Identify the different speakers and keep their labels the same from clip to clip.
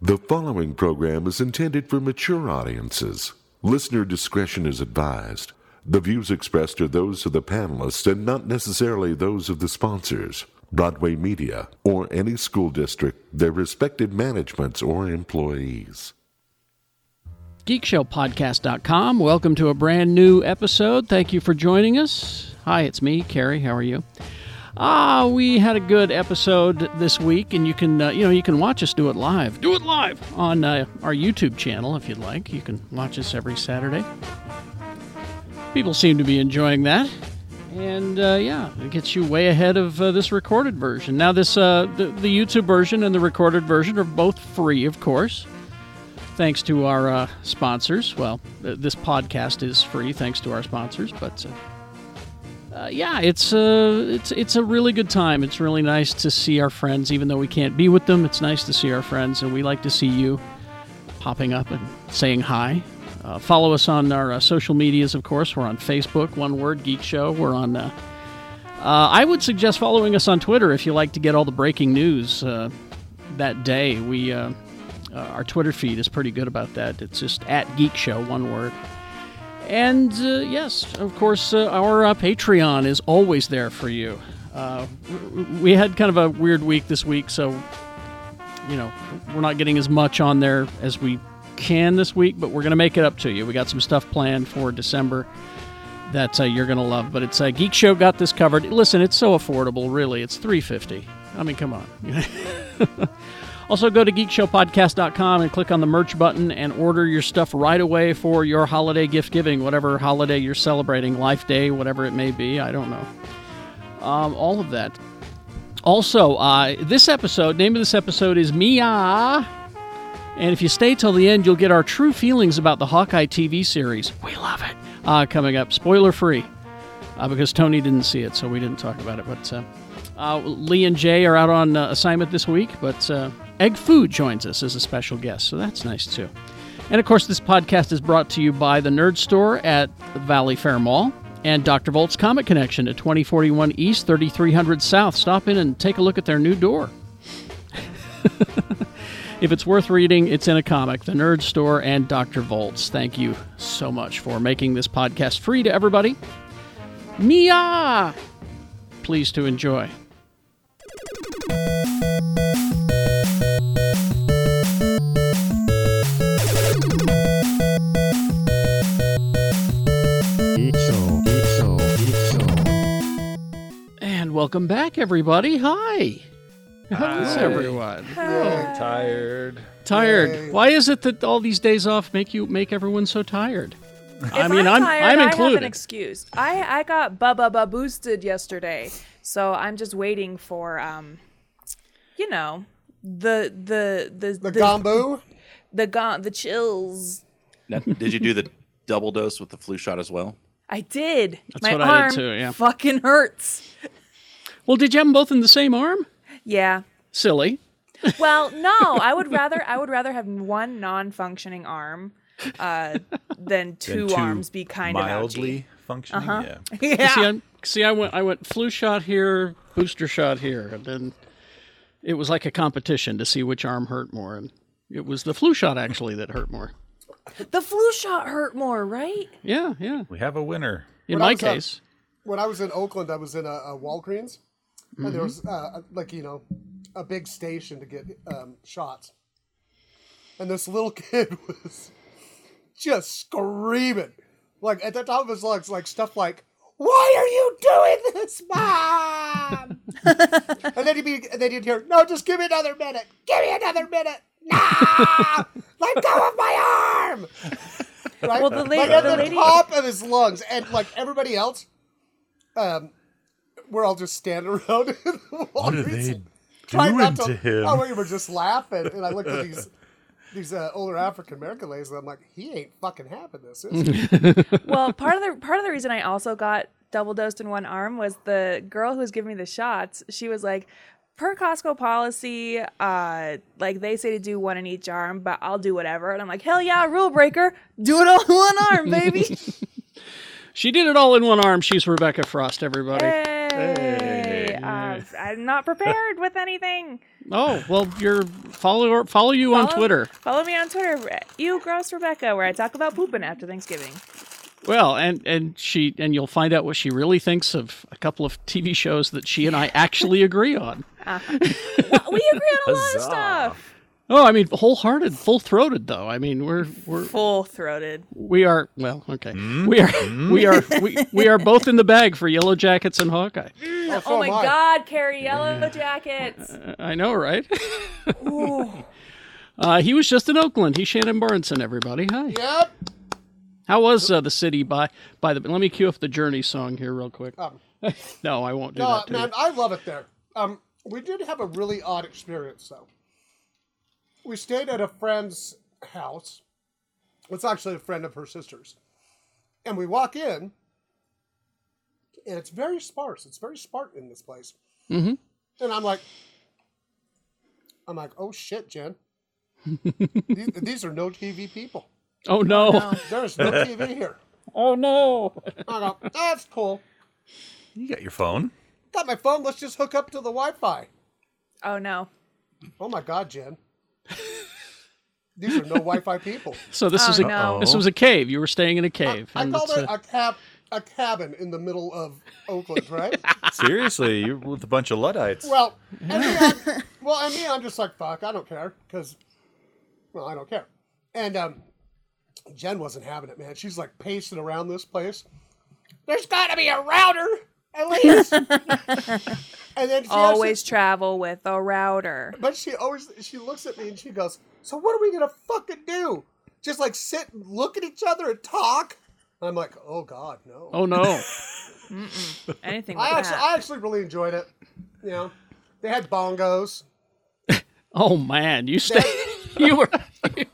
Speaker 1: The following program is intended for mature audiences. Listener discretion is advised. The views expressed are those of the panelists and not necessarily those of the sponsors, Broadway Media, or any school district, their respective managements, or employees.
Speaker 2: geekshowpodcast.com. Welcome to a brand new episode. Thank you for joining us. Hi, it's me, Carrie. How are you? Ah, we had a good episode this week, and you can uh, you know you can watch us do it live. Do it live on uh, our YouTube channel if you'd like. You can watch us every Saturday. People seem to be enjoying that, and uh, yeah, it gets you way ahead of uh, this recorded version. Now, this uh, the, the YouTube version and the recorded version are both free, of course thanks to our uh, sponsors. Well, th- this podcast is free thanks to our sponsors, but uh, uh, yeah, it's uh, it's it's a really good time. It's really nice to see our friends, even though we can't be with them. It's nice to see our friends, and we like to see you popping up and saying hi. Uh, follow us on our uh, social medias, of course. We're on Facebook, one word Geek Show. We're on. Uh, uh, I would suggest following us on Twitter if you like to get all the breaking news uh, that day. We uh, uh, our Twitter feed is pretty good about that. It's just at Geek Show, one word. And uh, yes, of course, uh, our uh, Patreon is always there for you. Uh, w- w- we had kind of a weird week this week, so you know we're not getting as much on there as we can this week, but we're going to make it up to you. We got some stuff planned for December that uh, you're going to love. But it's uh, Geek Show got this covered. Listen, it's so affordable, really. It's 350. I mean, come on. Also, go to geekshowpodcast.com and click on the merch button and order your stuff right away for your holiday gift giving, whatever holiday you're celebrating, Life Day, whatever it may be. I don't know. Um, all of that. Also, uh, this episode, name of this episode is Mia. And if you stay till the end, you'll get our true feelings about the Hawkeye TV series. We love it. Uh, coming up, spoiler free, uh, because Tony didn't see it, so we didn't talk about it. But uh, uh, Lee and Jay are out on uh, assignment this week, but uh, Egg Food joins us as a special guest, so that's nice too. And of course, this podcast is brought to you by the Nerd Store at Valley Fair Mall and Dr. Volt's Comic Connection at 2041 East, 3300 South. Stop in and take a look at their new door. If it's worth reading, it's in a comic, The Nerd Store, and Dr. Volts. Thank you so much for making this podcast free to everybody. Mia! Please to enjoy. And welcome back, everybody. Hi. How's everyone?
Speaker 3: tired.
Speaker 2: Tired. Why is it that all these days off make you make everyone so tired?
Speaker 4: If I'm, tired,
Speaker 2: I'm
Speaker 4: I have an
Speaker 2: included.
Speaker 4: excuse. I I got bubba ba boosted yesterday, so I'm just waiting for um, you know, the the the
Speaker 5: The gombo?
Speaker 4: the gom- the chills.
Speaker 6: Now, did you do the double dose with the flu shot as well?
Speaker 4: I did. That's My
Speaker 2: what I did
Speaker 4: arm
Speaker 2: too, yeah.
Speaker 4: fucking hurts.
Speaker 2: well, did you have them both in the same arm?
Speaker 4: Yeah.
Speaker 2: Silly.
Speaker 4: Well, no, I would rather I would rather have one non-functioning arm uh than two,
Speaker 3: And two
Speaker 4: arms be kind
Speaker 3: mildly functioning. Yeah.
Speaker 4: of ouchy. Yeah.
Speaker 2: See, I'm, see, I went, I went flu shot here, booster shot here, and then it was like a competition to see which arm hurt more, and it was the flu shot actually that hurt more.
Speaker 4: The flu shot hurt more, right?
Speaker 2: Yeah, yeah.
Speaker 3: We have a winner.
Speaker 2: In
Speaker 5: When I
Speaker 2: my
Speaker 5: was
Speaker 4: uh,
Speaker 5: up-
Speaker 2: case,
Speaker 5: when I was in Oakland, I was in a, a Walgreens, and there was uh, like you know a big station to get um, shots, and this little kid was just screaming, like at the top of his lungs, like stuff like. Why are you doing this, mom? and then he'd be, and then he'd hear, "No, just give me another minute. Give me another minute. No, let go of my arm." Right?
Speaker 4: Well, the la-
Speaker 5: like at
Speaker 4: the
Speaker 5: the
Speaker 4: lady-
Speaker 5: top of his lungs, and like everybody else, um, we're all just standing around. In the what
Speaker 3: doing to him?
Speaker 5: Oh, we were just laughing, and I looked at these these uh, older African American ladies, and I'm like, he ain't fucking having this. Is he? Oh,
Speaker 4: well, part of the part of the reason I also got double dosed in one arm was the girl who was giving me the shots. She was like, per Costco policy, uh, like they say to do one in each arm, but I'll do whatever. And I'm like, hell yeah, rule breaker, do it all in one arm, baby.
Speaker 2: she did it all in one arm. She's Rebecca Frost, everybody.
Speaker 4: Hey, uh, Um, I'm not prepared, bothered with anything.
Speaker 2: Oh well, your follow follow you on
Speaker 4: Follow-
Speaker 2: Twitter.
Speaker 4: Follow me on Twitter, at you gross Rebecca, where I talk about pooping after Thanksgiving.
Speaker 2: Well, and and she and you'll find out what she really thinks of a couple of TV shows that she and I actually agree on.
Speaker 4: We agree on a lot of
Speaker 3: Huzzah.
Speaker 4: stuff.
Speaker 2: Oh, I mean, wholehearted, full throated though. I mean, we're we're
Speaker 4: Full throated.
Speaker 2: we are well, okay. We are we are we, we are both in the bag for Yellow Jackets and Hawkeye.
Speaker 5: Oh, so
Speaker 4: Oh my
Speaker 5: am I.
Speaker 4: God, Carrie, yellow jackets.
Speaker 2: I know, right? uh, he was just in Oakland. He's Shannon Barneson, everybody. Hi.
Speaker 5: Yep.
Speaker 2: How was uh, the city by by the? Let me cue up the Journey song here real quick.
Speaker 5: Um,
Speaker 2: Oh. no, I won't do
Speaker 5: no,
Speaker 2: that. To
Speaker 5: man,
Speaker 2: you.
Speaker 5: I love it there. Um, we did have a really odd experience though. We stayed at a friend's house. It's actually a friend of her sister's, and we walk in, and it's very sparse. It's very sparse in this place.
Speaker 2: Mhm.
Speaker 5: And I'm like, I'm like, oh shit, Jen. these, these are no TV people.
Speaker 2: Oh no.
Speaker 5: There's no TV here.
Speaker 2: Oh no.
Speaker 5: I go, that's cool.
Speaker 3: You got your phone.
Speaker 5: Got my phone. Let's just hook up to the Wi-Fi.
Speaker 4: Oh no.
Speaker 5: Oh my God, Jen. These are no Wi-Fi people.
Speaker 2: So this
Speaker 4: Oh,
Speaker 2: is a
Speaker 4: no.
Speaker 2: this was a cave. You were staying in a cave.
Speaker 5: I
Speaker 2: and
Speaker 5: called
Speaker 2: it's,
Speaker 5: it
Speaker 2: uh,
Speaker 5: a cab, a cabin in the middle of Oakland, right?
Speaker 3: Seriously, you're with a bunch of Luddites.
Speaker 5: well, and me, I'm, well, and me, I'm just like fuck. I don't care because, well, I don't care. And um, Jen wasn't having it, man. She's like pacing around this place. There's got to be a router at least. and then she
Speaker 4: Always travel with a router.
Speaker 5: But she always she looks at me and she goes, "So what are we gonna fucking do? Just like sit, and look at each other, and talk?" And I'm like, "Oh God, no."
Speaker 2: oh no.
Speaker 4: Anything
Speaker 5: I
Speaker 4: like
Speaker 5: actually
Speaker 4: that.
Speaker 5: I actually really enjoyed it. You know, they had bongos.
Speaker 2: Oh man. You stayed. you were.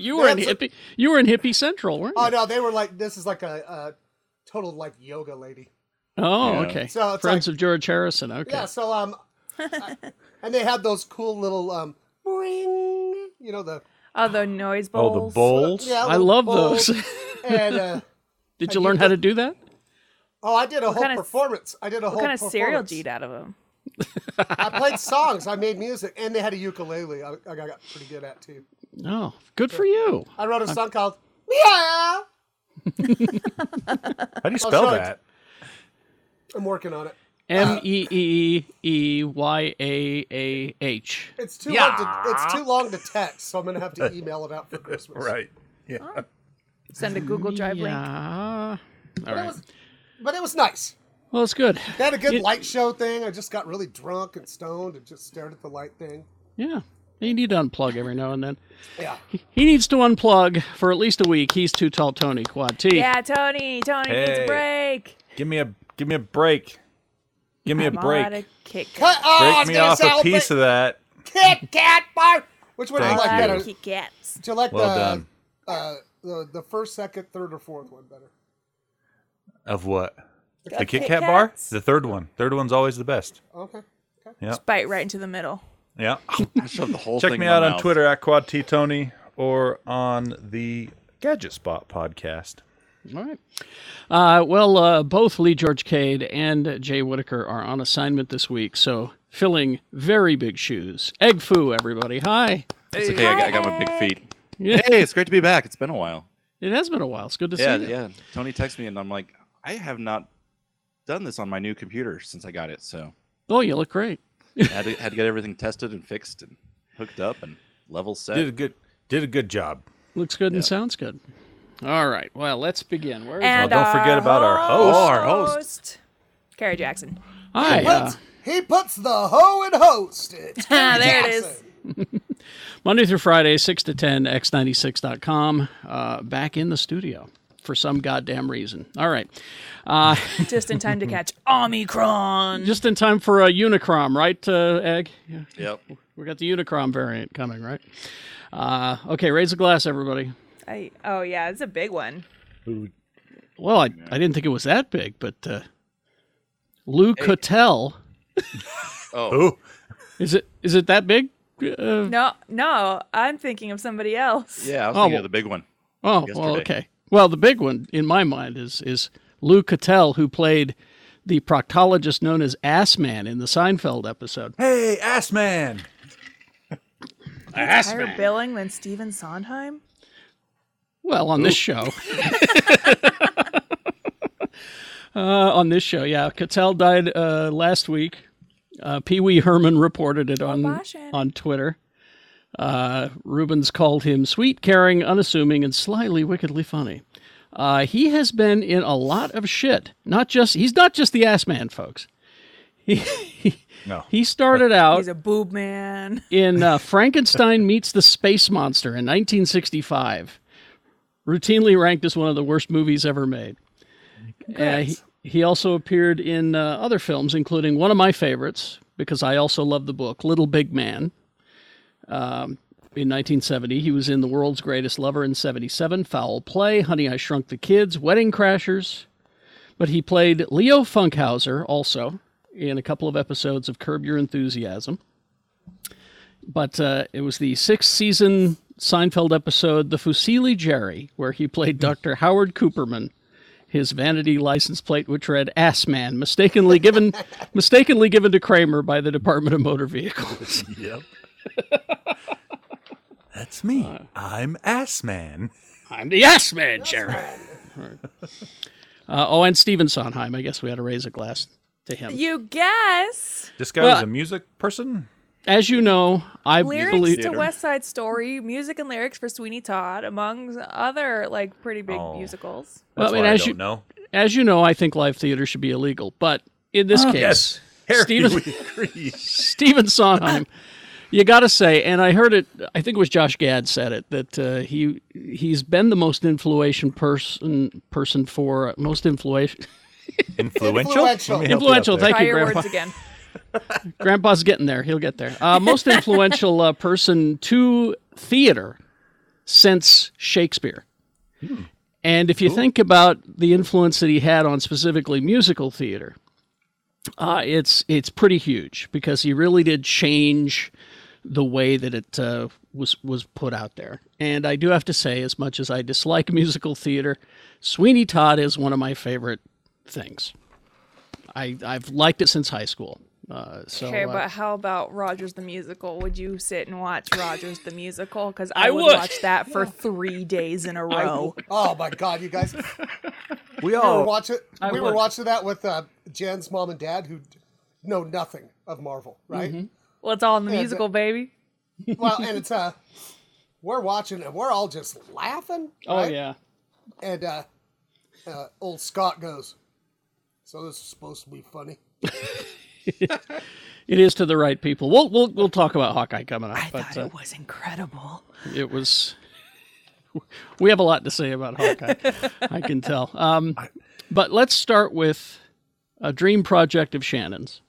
Speaker 2: You were in
Speaker 5: That's a-
Speaker 2: hippie. You were in hippie central, weren't you?
Speaker 5: Oh no, they were like this is like a, a total like yoga lady.
Speaker 2: Oh,
Speaker 6: Yeah.
Speaker 2: okay.
Speaker 5: So it's
Speaker 2: Friends
Speaker 5: like-
Speaker 2: of George Harrison. Okay.
Speaker 5: Yeah. So um, I- and they had those cool little um, ring. You know the
Speaker 4: Oh, the noise bowls.
Speaker 3: oh, the bowls.
Speaker 5: yeah.
Speaker 2: I
Speaker 5: little
Speaker 2: love
Speaker 5: bowls.
Speaker 2: those.
Speaker 5: and uh,
Speaker 2: Did you learn how to do that?
Speaker 5: oh, I did a whole
Speaker 4: kind of-
Speaker 5: performance. I did a whole
Speaker 4: What kind of cereal
Speaker 5: performance.
Speaker 4: do you eat out of them?
Speaker 5: I played songs. I made music, and they had a ukulele. I, I got pretty good at too.
Speaker 2: No. Good for you.
Speaker 5: I wrote a song called "Yeah."
Speaker 3: How do you spell
Speaker 5: sorry.
Speaker 3: that?
Speaker 5: I'm working on it.
Speaker 2: M E E E Y A A H.
Speaker 5: It's too long. To, it's too long to text, so I'm gonna have to email it out for Christmas.
Speaker 3: Right. Yeah.
Speaker 4: Send a Google Drive link.
Speaker 2: Yeah. All
Speaker 5: But it
Speaker 2: right.
Speaker 5: was, but it was nice.
Speaker 2: Well, it's good.
Speaker 5: They had a good
Speaker 2: It-
Speaker 5: light show thing. I just got really drunk and stoned and just stared at the light thing.
Speaker 2: Yeah. You need to unplug every now and then.
Speaker 5: Yeah.
Speaker 2: He needs to unplug for at least a week. He's too tall, Tony Quad T.
Speaker 4: Yeah, Tony. Tony needs a
Speaker 3: Hey.
Speaker 4: break.
Speaker 3: Give me a give me a break. Give me a
Speaker 4: I'm all
Speaker 3: break.
Speaker 4: out of Kit Kat.
Speaker 5: Cut. Oh, I
Speaker 3: break
Speaker 5: was
Speaker 3: me
Speaker 5: gonna
Speaker 3: off
Speaker 5: say,
Speaker 3: a
Speaker 5: I'll
Speaker 3: piece
Speaker 5: break-
Speaker 3: of that.
Speaker 5: Kit Kat bar. Which one do you
Speaker 3: Thank
Speaker 5: like
Speaker 3: you.
Speaker 5: better?
Speaker 4: Like
Speaker 5: Do
Speaker 4: Kit Kats.
Speaker 5: you like
Speaker 3: Well
Speaker 5: the,
Speaker 3: done.
Speaker 5: Uh, the the first, second, third, or fourth one better?
Speaker 3: Of what? The Kit
Speaker 4: Kit
Speaker 3: Kat bar?
Speaker 4: Kats.
Speaker 3: The third one. Third one's always the best.
Speaker 5: Okay. Okay.
Speaker 4: Bite right into the middle.
Speaker 3: Yeah.
Speaker 6: I shoved the whole
Speaker 3: Check
Speaker 6: thing
Speaker 3: me
Speaker 6: in my
Speaker 3: out on
Speaker 6: mouth.
Speaker 3: Twitter at Quad T Tony or on the Gadget Spot podcast.
Speaker 2: All right. Uh, well, uh, both Lee George Cade and Jay Whitaker are on assignment this week, so filling very big shoes. Egg foo, everybody. Hi.
Speaker 6: It's okay. I got, I got my big feet.
Speaker 2: Yeah.
Speaker 6: Hey, it's great to be back. It's been a while.
Speaker 2: It has been a while. It's good to
Speaker 6: Yeah,
Speaker 2: see you.
Speaker 6: yeah. Tony texted me, and I'm like, I have not done this on my new computer since I got it. So
Speaker 2: Oh, you look great.
Speaker 6: I had to, had to get everything tested and fixed and hooked up and level set.
Speaker 3: Did a good did a good job.
Speaker 2: Looks good and sounds good. All right. Well, let's begin. Where is
Speaker 4: And uh,
Speaker 3: don't forget about our host.
Speaker 6: Oh, our host.
Speaker 4: Carrie Jackson.
Speaker 2: Hi. Uh,
Speaker 5: Puts- he puts the hoe in host. It's
Speaker 4: Ah, there it
Speaker 5: Jackson.
Speaker 4: is.
Speaker 2: Monday through Friday, 6 to 10, x96.com. Uh, back in the studio for some goddamn reason. All right.
Speaker 4: Just in time to catch Omicron.
Speaker 2: Just in time for a Unicrom, right, uh, Egg? Yeah.
Speaker 6: Yep.
Speaker 2: We got the Unicrom variant coming, right? Uh, okay, raise a glass, everybody.
Speaker 4: I, oh yeah, it's a big one.
Speaker 2: Well, I, I didn't think it was that big, but uh, Lou Cotell.
Speaker 6: Oh,
Speaker 3: Oh,
Speaker 2: Is it is it that big? Uh,
Speaker 4: No, no, I'm thinking of somebody else.
Speaker 6: yeah. I was
Speaker 2: Oh,
Speaker 6: thinking
Speaker 2: well-
Speaker 6: of the big one.
Speaker 2: Oh, well,
Speaker 6: yesterday.
Speaker 2: okay. Well, the big one in my mind is is Lou Cattell, who played the proctologist known as Ass Man in the Seinfeld episode.
Speaker 3: Hey, ass man.
Speaker 4: Higher billing than Steven Sondheim?
Speaker 2: Well, on this show. uh, on this show, yeah. Cattell died uh, last week. Uh, Pee Wee Herman reported it on,
Speaker 4: Washington.
Speaker 2: on Twitter. Uh, Rubens called him sweet, caring, unassuming, and slyly wickedly funny. Uh, he has been in a lot of shit. Not just he's not just the ass man, folks. He he,
Speaker 3: No.
Speaker 2: he started out
Speaker 4: He's a boob man.
Speaker 2: in uh, Frankenstein Meets the Space Monster in 1965, routinely ranked as one of the worst movies ever made. Uh, he, he also appeared in uh, other films, including one of my favorites, because I also love the book, Little Big Man. um, In 1970, he was in The World's Greatest Lover in 77, Foul Play, Honey, I Shrunk the Kids, Wedding Crashers. But he played Leo Funkhauser also in a couple of episodes of Curb Your Enthusiasm. But uh, it was the sixth season Seinfeld episode, The Fusili Jerry, where he played Dr. Howard Cooperman. His vanity license plate, which read "Ass Man," mistakenly given, mistakenly given to Kramer by the Department of Motor Vehicles.
Speaker 3: Yep. That's me. I'm ass man.
Speaker 2: I'm the ass man, Jerry. Uh, oh, and Steven Sondheim. I guess we had to raise a glass to him.
Speaker 4: You guess.
Speaker 3: This guy
Speaker 2: Well,
Speaker 3: was a music person.
Speaker 2: As you know, I
Speaker 4: Lyrics
Speaker 2: believe
Speaker 4: to West Side Story, music and lyrics for Sweeney Todd, among other like pretty big
Speaker 3: Oh.
Speaker 4: musicals.
Speaker 2: Well,
Speaker 3: That's
Speaker 2: I mean,
Speaker 3: why I
Speaker 2: as
Speaker 3: don't
Speaker 2: you-
Speaker 3: know.
Speaker 2: as you know, I think live theater should be illegal. But in this case,
Speaker 3: Harry,
Speaker 2: Steven-
Speaker 3: we agree.
Speaker 2: Steven Sondheim. You got to say, and I heard it. I think it was Josh Gad said it that uh, he he's been the most influential person person for most influential
Speaker 3: influential. Let
Speaker 5: Influential.
Speaker 3: me help you out
Speaker 2: Influential,
Speaker 3: there.
Speaker 2: Thank
Speaker 4: Try
Speaker 2: you,
Speaker 4: your
Speaker 2: Grandpa.
Speaker 4: words again.
Speaker 2: Grandpa's getting there. He'll get there. Uh, most influential uh, person to theater since Shakespeare. And if you think about the influence that he had on specifically musical theater, uh, it's it's pretty huge because he really did change the way that it uh, was was put out there. And I do have to say, as much as I dislike musical theater, Sweeney Todd is one of my favorite things. I, I've liked it since high school. Uh, so
Speaker 4: Okay,
Speaker 2: uh,
Speaker 4: but how about Rogers the Musical? Would you sit and watch Rogers the Musical? Because
Speaker 2: I
Speaker 4: I, would
Speaker 2: would.
Speaker 4: watch that for three days in a row.
Speaker 5: Oh my god, you guys!
Speaker 3: We
Speaker 5: We were
Speaker 3: all
Speaker 5: watching. we were
Speaker 2: Oh, would.
Speaker 5: watching that with uh, Jen's mom and dad, who know nothing of Marvel, right?
Speaker 2: Mm-hmm.
Speaker 4: Well, it's all in the
Speaker 5: Yeah,
Speaker 4: musical, baby.
Speaker 5: Well, and it's uh, we're watching and we're all just laughing.
Speaker 2: oh
Speaker 5: right?
Speaker 2: yeah,
Speaker 5: And uh, uh, old Scott goes, "So this is supposed to be funny."
Speaker 2: it is to the right people. We'll we'll, we'll talk about Hawkeye coming up, but uh,
Speaker 4: was incredible.
Speaker 2: it was. We have a lot to say about Hawkeye. I can tell. Um, but let's start with a dream project of Shannon's.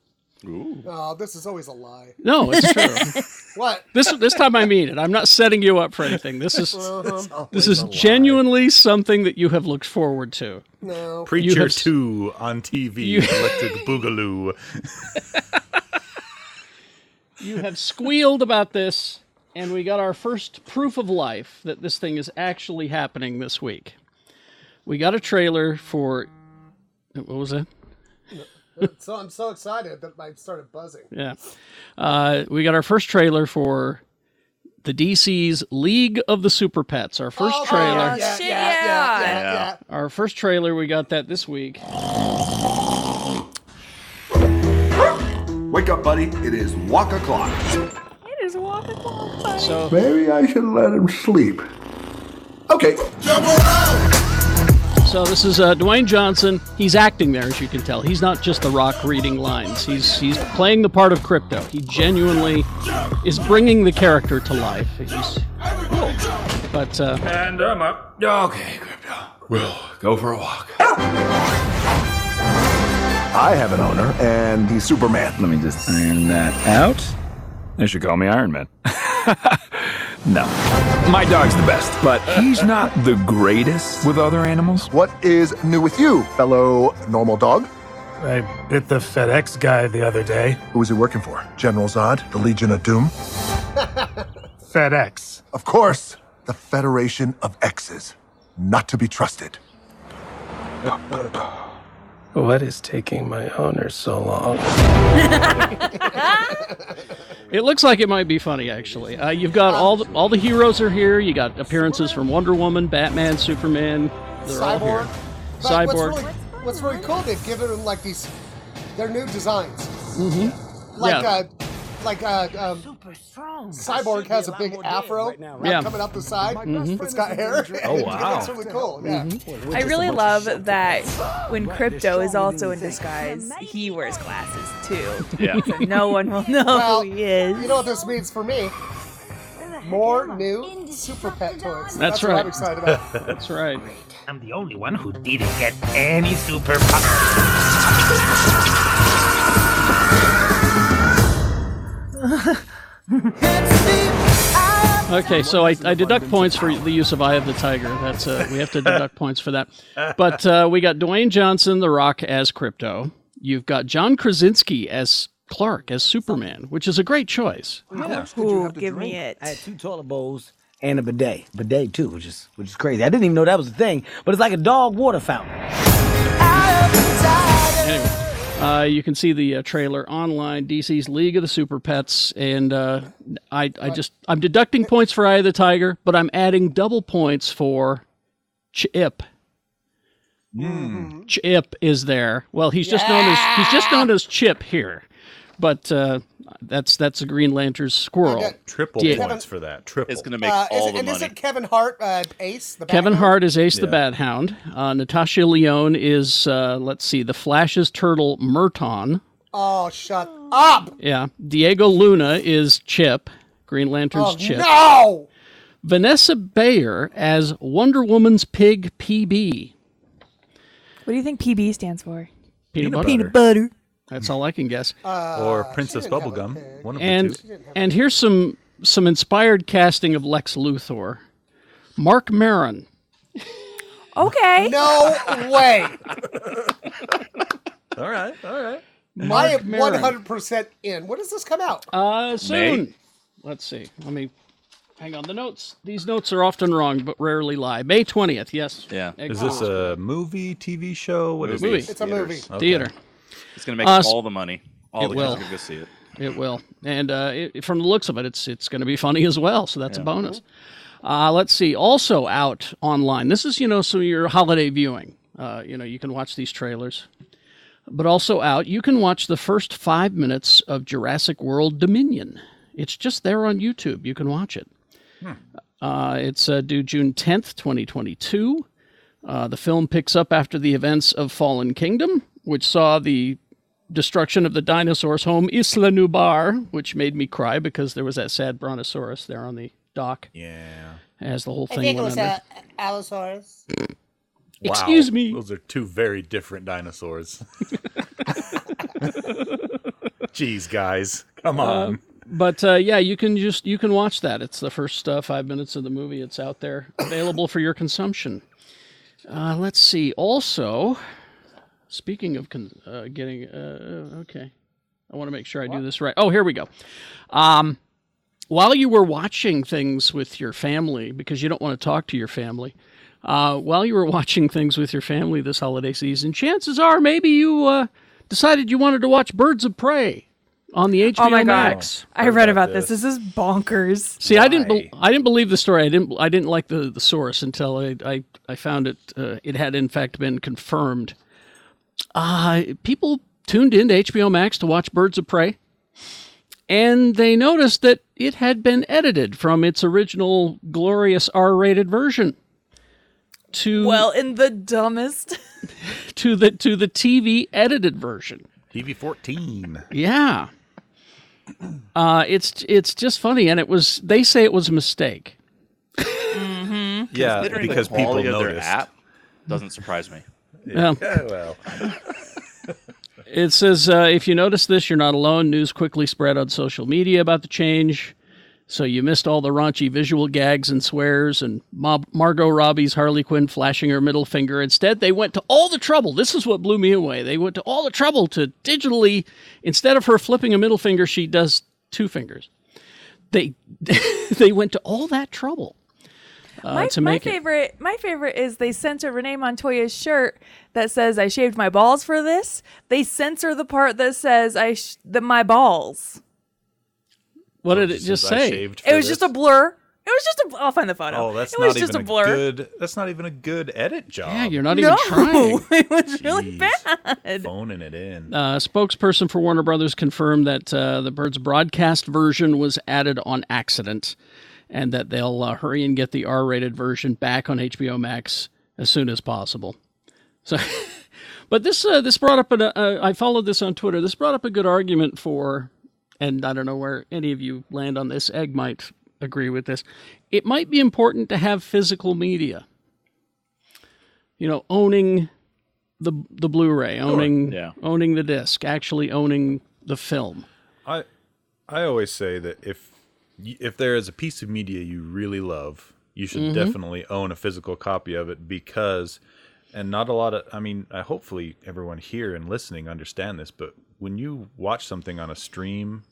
Speaker 5: Oh, this is always a lie.
Speaker 2: No, it's true.
Speaker 5: What?
Speaker 2: this this time I mean it. I'm not setting you up for anything. This is
Speaker 5: Uh-huh.
Speaker 2: this is genuinely something that you have looked forward to.
Speaker 5: No.
Speaker 2: You
Speaker 3: preacher
Speaker 2: have-
Speaker 3: two on TV.
Speaker 2: You-
Speaker 3: Electric Boogaloo.
Speaker 2: You have squealed about this, and we got our first proof of life that this thing is actually happening this week. We got a trailer for what was that?
Speaker 5: So I'm so excited that I started buzzing.
Speaker 2: Yeah, uh, we got our first trailer for the DC's League of the Super Pets. Our first
Speaker 5: Oh,
Speaker 2: trailer.
Speaker 4: yeah. Shit,
Speaker 5: yeah, yeah,
Speaker 4: yeah.
Speaker 5: yeah.
Speaker 2: Our first trailer. We got that this week.
Speaker 7: Wake up, buddy. It is walk o'clock.
Speaker 4: It is wonderful. But
Speaker 2: So
Speaker 7: Maybe I should let him sleep. Okay.
Speaker 2: So this is uh, Dwayne Johnson. He's acting there, as you can tell. He's not just the Rock reading lines. He's he's playing the part of Crypto. He genuinely is bringing the character to life. He's cool. But uh,
Speaker 8: And I'm up. Okay, Crypto. We'll go for a walk.
Speaker 7: I have an owner, and he's Superman.
Speaker 8: Let me just iron that out. They should call me Iron Man. no. My dog's the best, but he's not the greatest with other animals.
Speaker 7: What is new with you, fellow normal dog?
Speaker 9: I bit the FedEx guy the other day.
Speaker 7: Who is he working for? General Zod, the Legion of Doom?
Speaker 9: FedEx.
Speaker 7: Of course, the Federation of X's. Not to be trusted.
Speaker 10: What is taking my honor so long?
Speaker 2: It looks like it might be funny, actually. Uh, you've got all the, all the heroes are here. You got appearances from Wonder Woman, Batman, Superman. They're all
Speaker 5: Cyborg.
Speaker 2: here.
Speaker 5: But What's
Speaker 2: Cyborg.
Speaker 5: really, what's really cool, they've given them like these, their new designs. Mm-hmm. Like,
Speaker 2: Yeah.
Speaker 5: uh, like uh, um, Cyborg has a big afro
Speaker 2: right? Yeah. Mm-hmm.
Speaker 5: coming up the side. It's got hair.
Speaker 8: Oh,
Speaker 5: It
Speaker 8: wow.
Speaker 5: looks really cool. Yeah.
Speaker 4: I really love that when Crypto is also in disguise, he wears glasses too.
Speaker 6: Yeah.
Speaker 4: So no one will know
Speaker 5: Well,
Speaker 4: who he is.
Speaker 5: You know what this means for me? More new Super Pet toys. That's,
Speaker 2: right.
Speaker 5: What I'm excited about.
Speaker 2: That's right.
Speaker 11: I'm the only one who didn't get any superpowers.
Speaker 2: Okay, so I, I deduct points for the use of Eye of the Tiger. That's uh, we have to deduct points for that. But uh, we got Dwayne Johnson, The Rock, as Crypto. You've got John Krasinski as Clark, as Superman, which is a great choice.
Speaker 4: Ooh, give me it.
Speaker 11: I had two toilet bowls and a bidet. Bidet too, which is which is crazy. I didn't even know that was a thing, but it's like a dog water fountain.
Speaker 2: Anyway, uh, you can see the uh, trailer online. DC's League of the Super Pets, and uh, I, I just I'm deducting points for Eye of the Tiger, but I'm adding double points for Chip. Chip is there. Well, he's just known as he's just known as Chip here, but uh, that's that's a Green Lantern's squirrel.
Speaker 5: Okay.
Speaker 3: Triple
Speaker 2: Yeah.
Speaker 3: points for that. Triple.
Speaker 6: It's gonna make
Speaker 5: Uh, is,
Speaker 6: all
Speaker 5: it-
Speaker 6: the
Speaker 5: and
Speaker 6: money.
Speaker 5: isn't Kevin Hart uh, Ace? The
Speaker 2: Kevin
Speaker 5: Batman?
Speaker 2: Hart is Ace the Bat Hound. Uh, Natasha Leone is uh, let's see, the Flash's turtle Murton.
Speaker 5: Oh, shut up!
Speaker 2: Yeah. Diego Luna is Chip. Green Lantern's
Speaker 5: Oh,
Speaker 2: Chip.
Speaker 5: no!
Speaker 2: Vanessa Bayer as Wonder Woman's pig PB. Peanut,
Speaker 4: What do you think PB stands for?
Speaker 2: butter.
Speaker 11: butter.
Speaker 2: That's all I can guess.
Speaker 5: Uh,
Speaker 3: or
Speaker 6: Ah,
Speaker 3: Princess Bubblegum. One of the two.
Speaker 2: and and here's some some inspired casting of Lex Luthor. Mark Maron.
Speaker 4: Okay.
Speaker 5: No way!
Speaker 3: All right. All right.
Speaker 5: I am
Speaker 2: Maron.
Speaker 5: 100% in. When does this come out?
Speaker 2: Uh soon. Let's see. Let me hang on the notes. These notes are often wrong but rarely lie. May 20th. Yes.
Speaker 6: Yeah.
Speaker 3: Is this a movie, TV show? What is
Speaker 2: Movie.
Speaker 3: this?
Speaker 5: It's a movie.
Speaker 6: Theaters.
Speaker 3: Okay.
Speaker 2: theater?
Speaker 6: It's gonna make
Speaker 2: Uh,
Speaker 6: all the money. All
Speaker 2: it
Speaker 6: the
Speaker 2: will.
Speaker 6: kids are gonna go see it.
Speaker 2: It will, and uh, it, from the looks of it, it's it's going to be funny as well. So that's a bonus. Uh, let's see. Also out online. This is you know so your holiday viewing. Uh, you know you can watch these trailers, but also out you can watch the first five minutes of Jurassic World Dominion. It's just there on YouTube. You can watch it. Uh, it's uh, due June tenth, twenty twenty two. The film picks up after the events of Fallen Kingdom, which saw the destruction of the dinosaur's home Isla Nubar, which made me cry because there was that sad brontosaurus there on the dock. Yeah. As the whole thing went under.
Speaker 5: Allosaurus.
Speaker 3: Wow.
Speaker 2: Excuse me.
Speaker 3: Those are two very different dinosaurs. Jeez, guys. Come on.
Speaker 2: But uh, yeah, you can just you can watch that. It's the first uh, five minutes of the movie. It's out there, available for your consumption. Uh, let's see. Also, speaking of con- uh, getting, uh, uh, okay, I want to make sure I do this right. Oh, here we go. Um, while you were watching things with your family, because you don't want to talk to your family, uh, while you were watching things with your family this holiday season, chances are maybe you uh, decided you wanted to watch Birds of Prey on the HBO
Speaker 4: Oh my god.
Speaker 2: Max.
Speaker 4: I read about this. This is bonkers.
Speaker 2: See, I didn't. Be- I didn't believe the story. I didn't. I didn't like the, the source until I, I, I found it. Uh, it had in fact been confirmed. Uh, people tuned in to HBO Max to watch Birds of Prey, and they noticed that it had been edited from its original glorious R-rated version to
Speaker 4: Well, in the dumbest.
Speaker 2: to the to the TV edited version.
Speaker 3: TV 14.
Speaker 2: Yeah. Uh, it's it's just funny, and it was. They say it was a mistake.
Speaker 3: Yeah,
Speaker 6: Considering the
Speaker 3: because people
Speaker 6: quality of their
Speaker 3: noticed.
Speaker 6: app doesn't surprise me.
Speaker 2: Yeah.
Speaker 3: Yeah, well,
Speaker 2: It says, uh, if you notice this, you're not alone. News quickly spread on social media about the change. So you missed all the raunchy visual gags and swears and Mob- Margot Robbie's Harley Quinn flashing her middle finger. Instead, they went to all the trouble. This is what blew me away. They went to all the trouble to digitally, instead of her flipping a middle finger, she does two fingers. They, they went to all that trouble uh,
Speaker 4: my,
Speaker 2: to make
Speaker 4: my
Speaker 2: it.
Speaker 4: favorite my favorite is they censor Renee Montoya's shirt that says I shaved my balls for this. They censor the part that says I sh- the, my balls.
Speaker 2: What did it just
Speaker 3: Oh, says, "I
Speaker 2: say?
Speaker 3: shaved
Speaker 4: It was just a blur. It was just a. I'll find the photo.
Speaker 3: Oh, that's
Speaker 4: it
Speaker 3: not
Speaker 4: was
Speaker 3: even
Speaker 4: just a
Speaker 3: a
Speaker 4: blur.
Speaker 3: good. That's not even a good edit job.
Speaker 2: Yeah, you're not
Speaker 4: no,
Speaker 2: even trying.
Speaker 4: it was really bad.
Speaker 3: Phoning it in.
Speaker 2: Uh, spokesperson for Warner Brothers confirmed that uh, the Birds broadcast version was added on accident, and that they'll uh, hurry and get the R-rated version back on HBO Max as soon as possible. So, but this uh, this brought up an uh, I followed this on Twitter. This brought up a good argument for, and I don't know where any of you land on this. Egg might agree with this. It might be important to have physical media. You know, owning the the Blu-ray, owning
Speaker 3: yeah.
Speaker 2: owning the disc, actually owning the film.
Speaker 3: I I always say that if y- if there is a piece of media you really love, you should
Speaker 2: Mhm.
Speaker 3: definitely own a physical copy of it because and not a lot of I mean, I hopefully everyone here and listening understand this, but when you watch something on a stream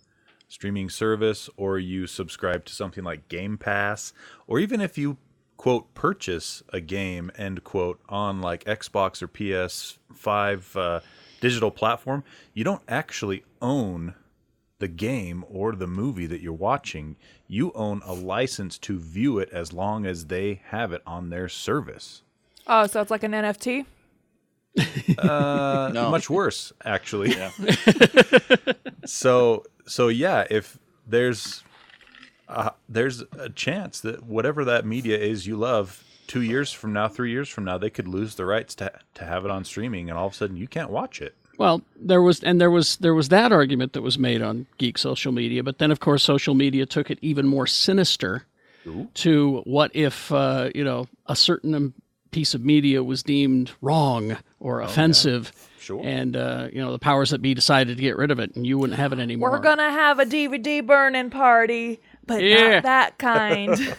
Speaker 3: streaming service or you subscribe to something like Game Pass or even if you quote purchase a game end quote on like Xbox or PS5 uh, digital platform, you don't actually own the game or the movie that you're watching. You own a license to view it as long as they have it on their service.
Speaker 4: Oh, so it's like an NFT.
Speaker 3: Uh,
Speaker 6: No.
Speaker 3: Much worse, actually. so so yeah, if there's uh, there's a chance that whatever that media is you love, two years from now, three years from now, they could lose the rights to to have it on streaming, and all of a sudden you can't watch it.
Speaker 2: Well, there was and there was there was that argument that was made on geek social media, but then of course social media took it even more sinister to what if uh, you know a certain um, piece of media was deemed wrong or offensive,
Speaker 3: sure,
Speaker 2: and uh, you know the powers that be decided to get rid of it, and you wouldn't have it anymore.
Speaker 4: We're gonna have a DVD burning party, but
Speaker 2: Yeah.
Speaker 4: not that kind.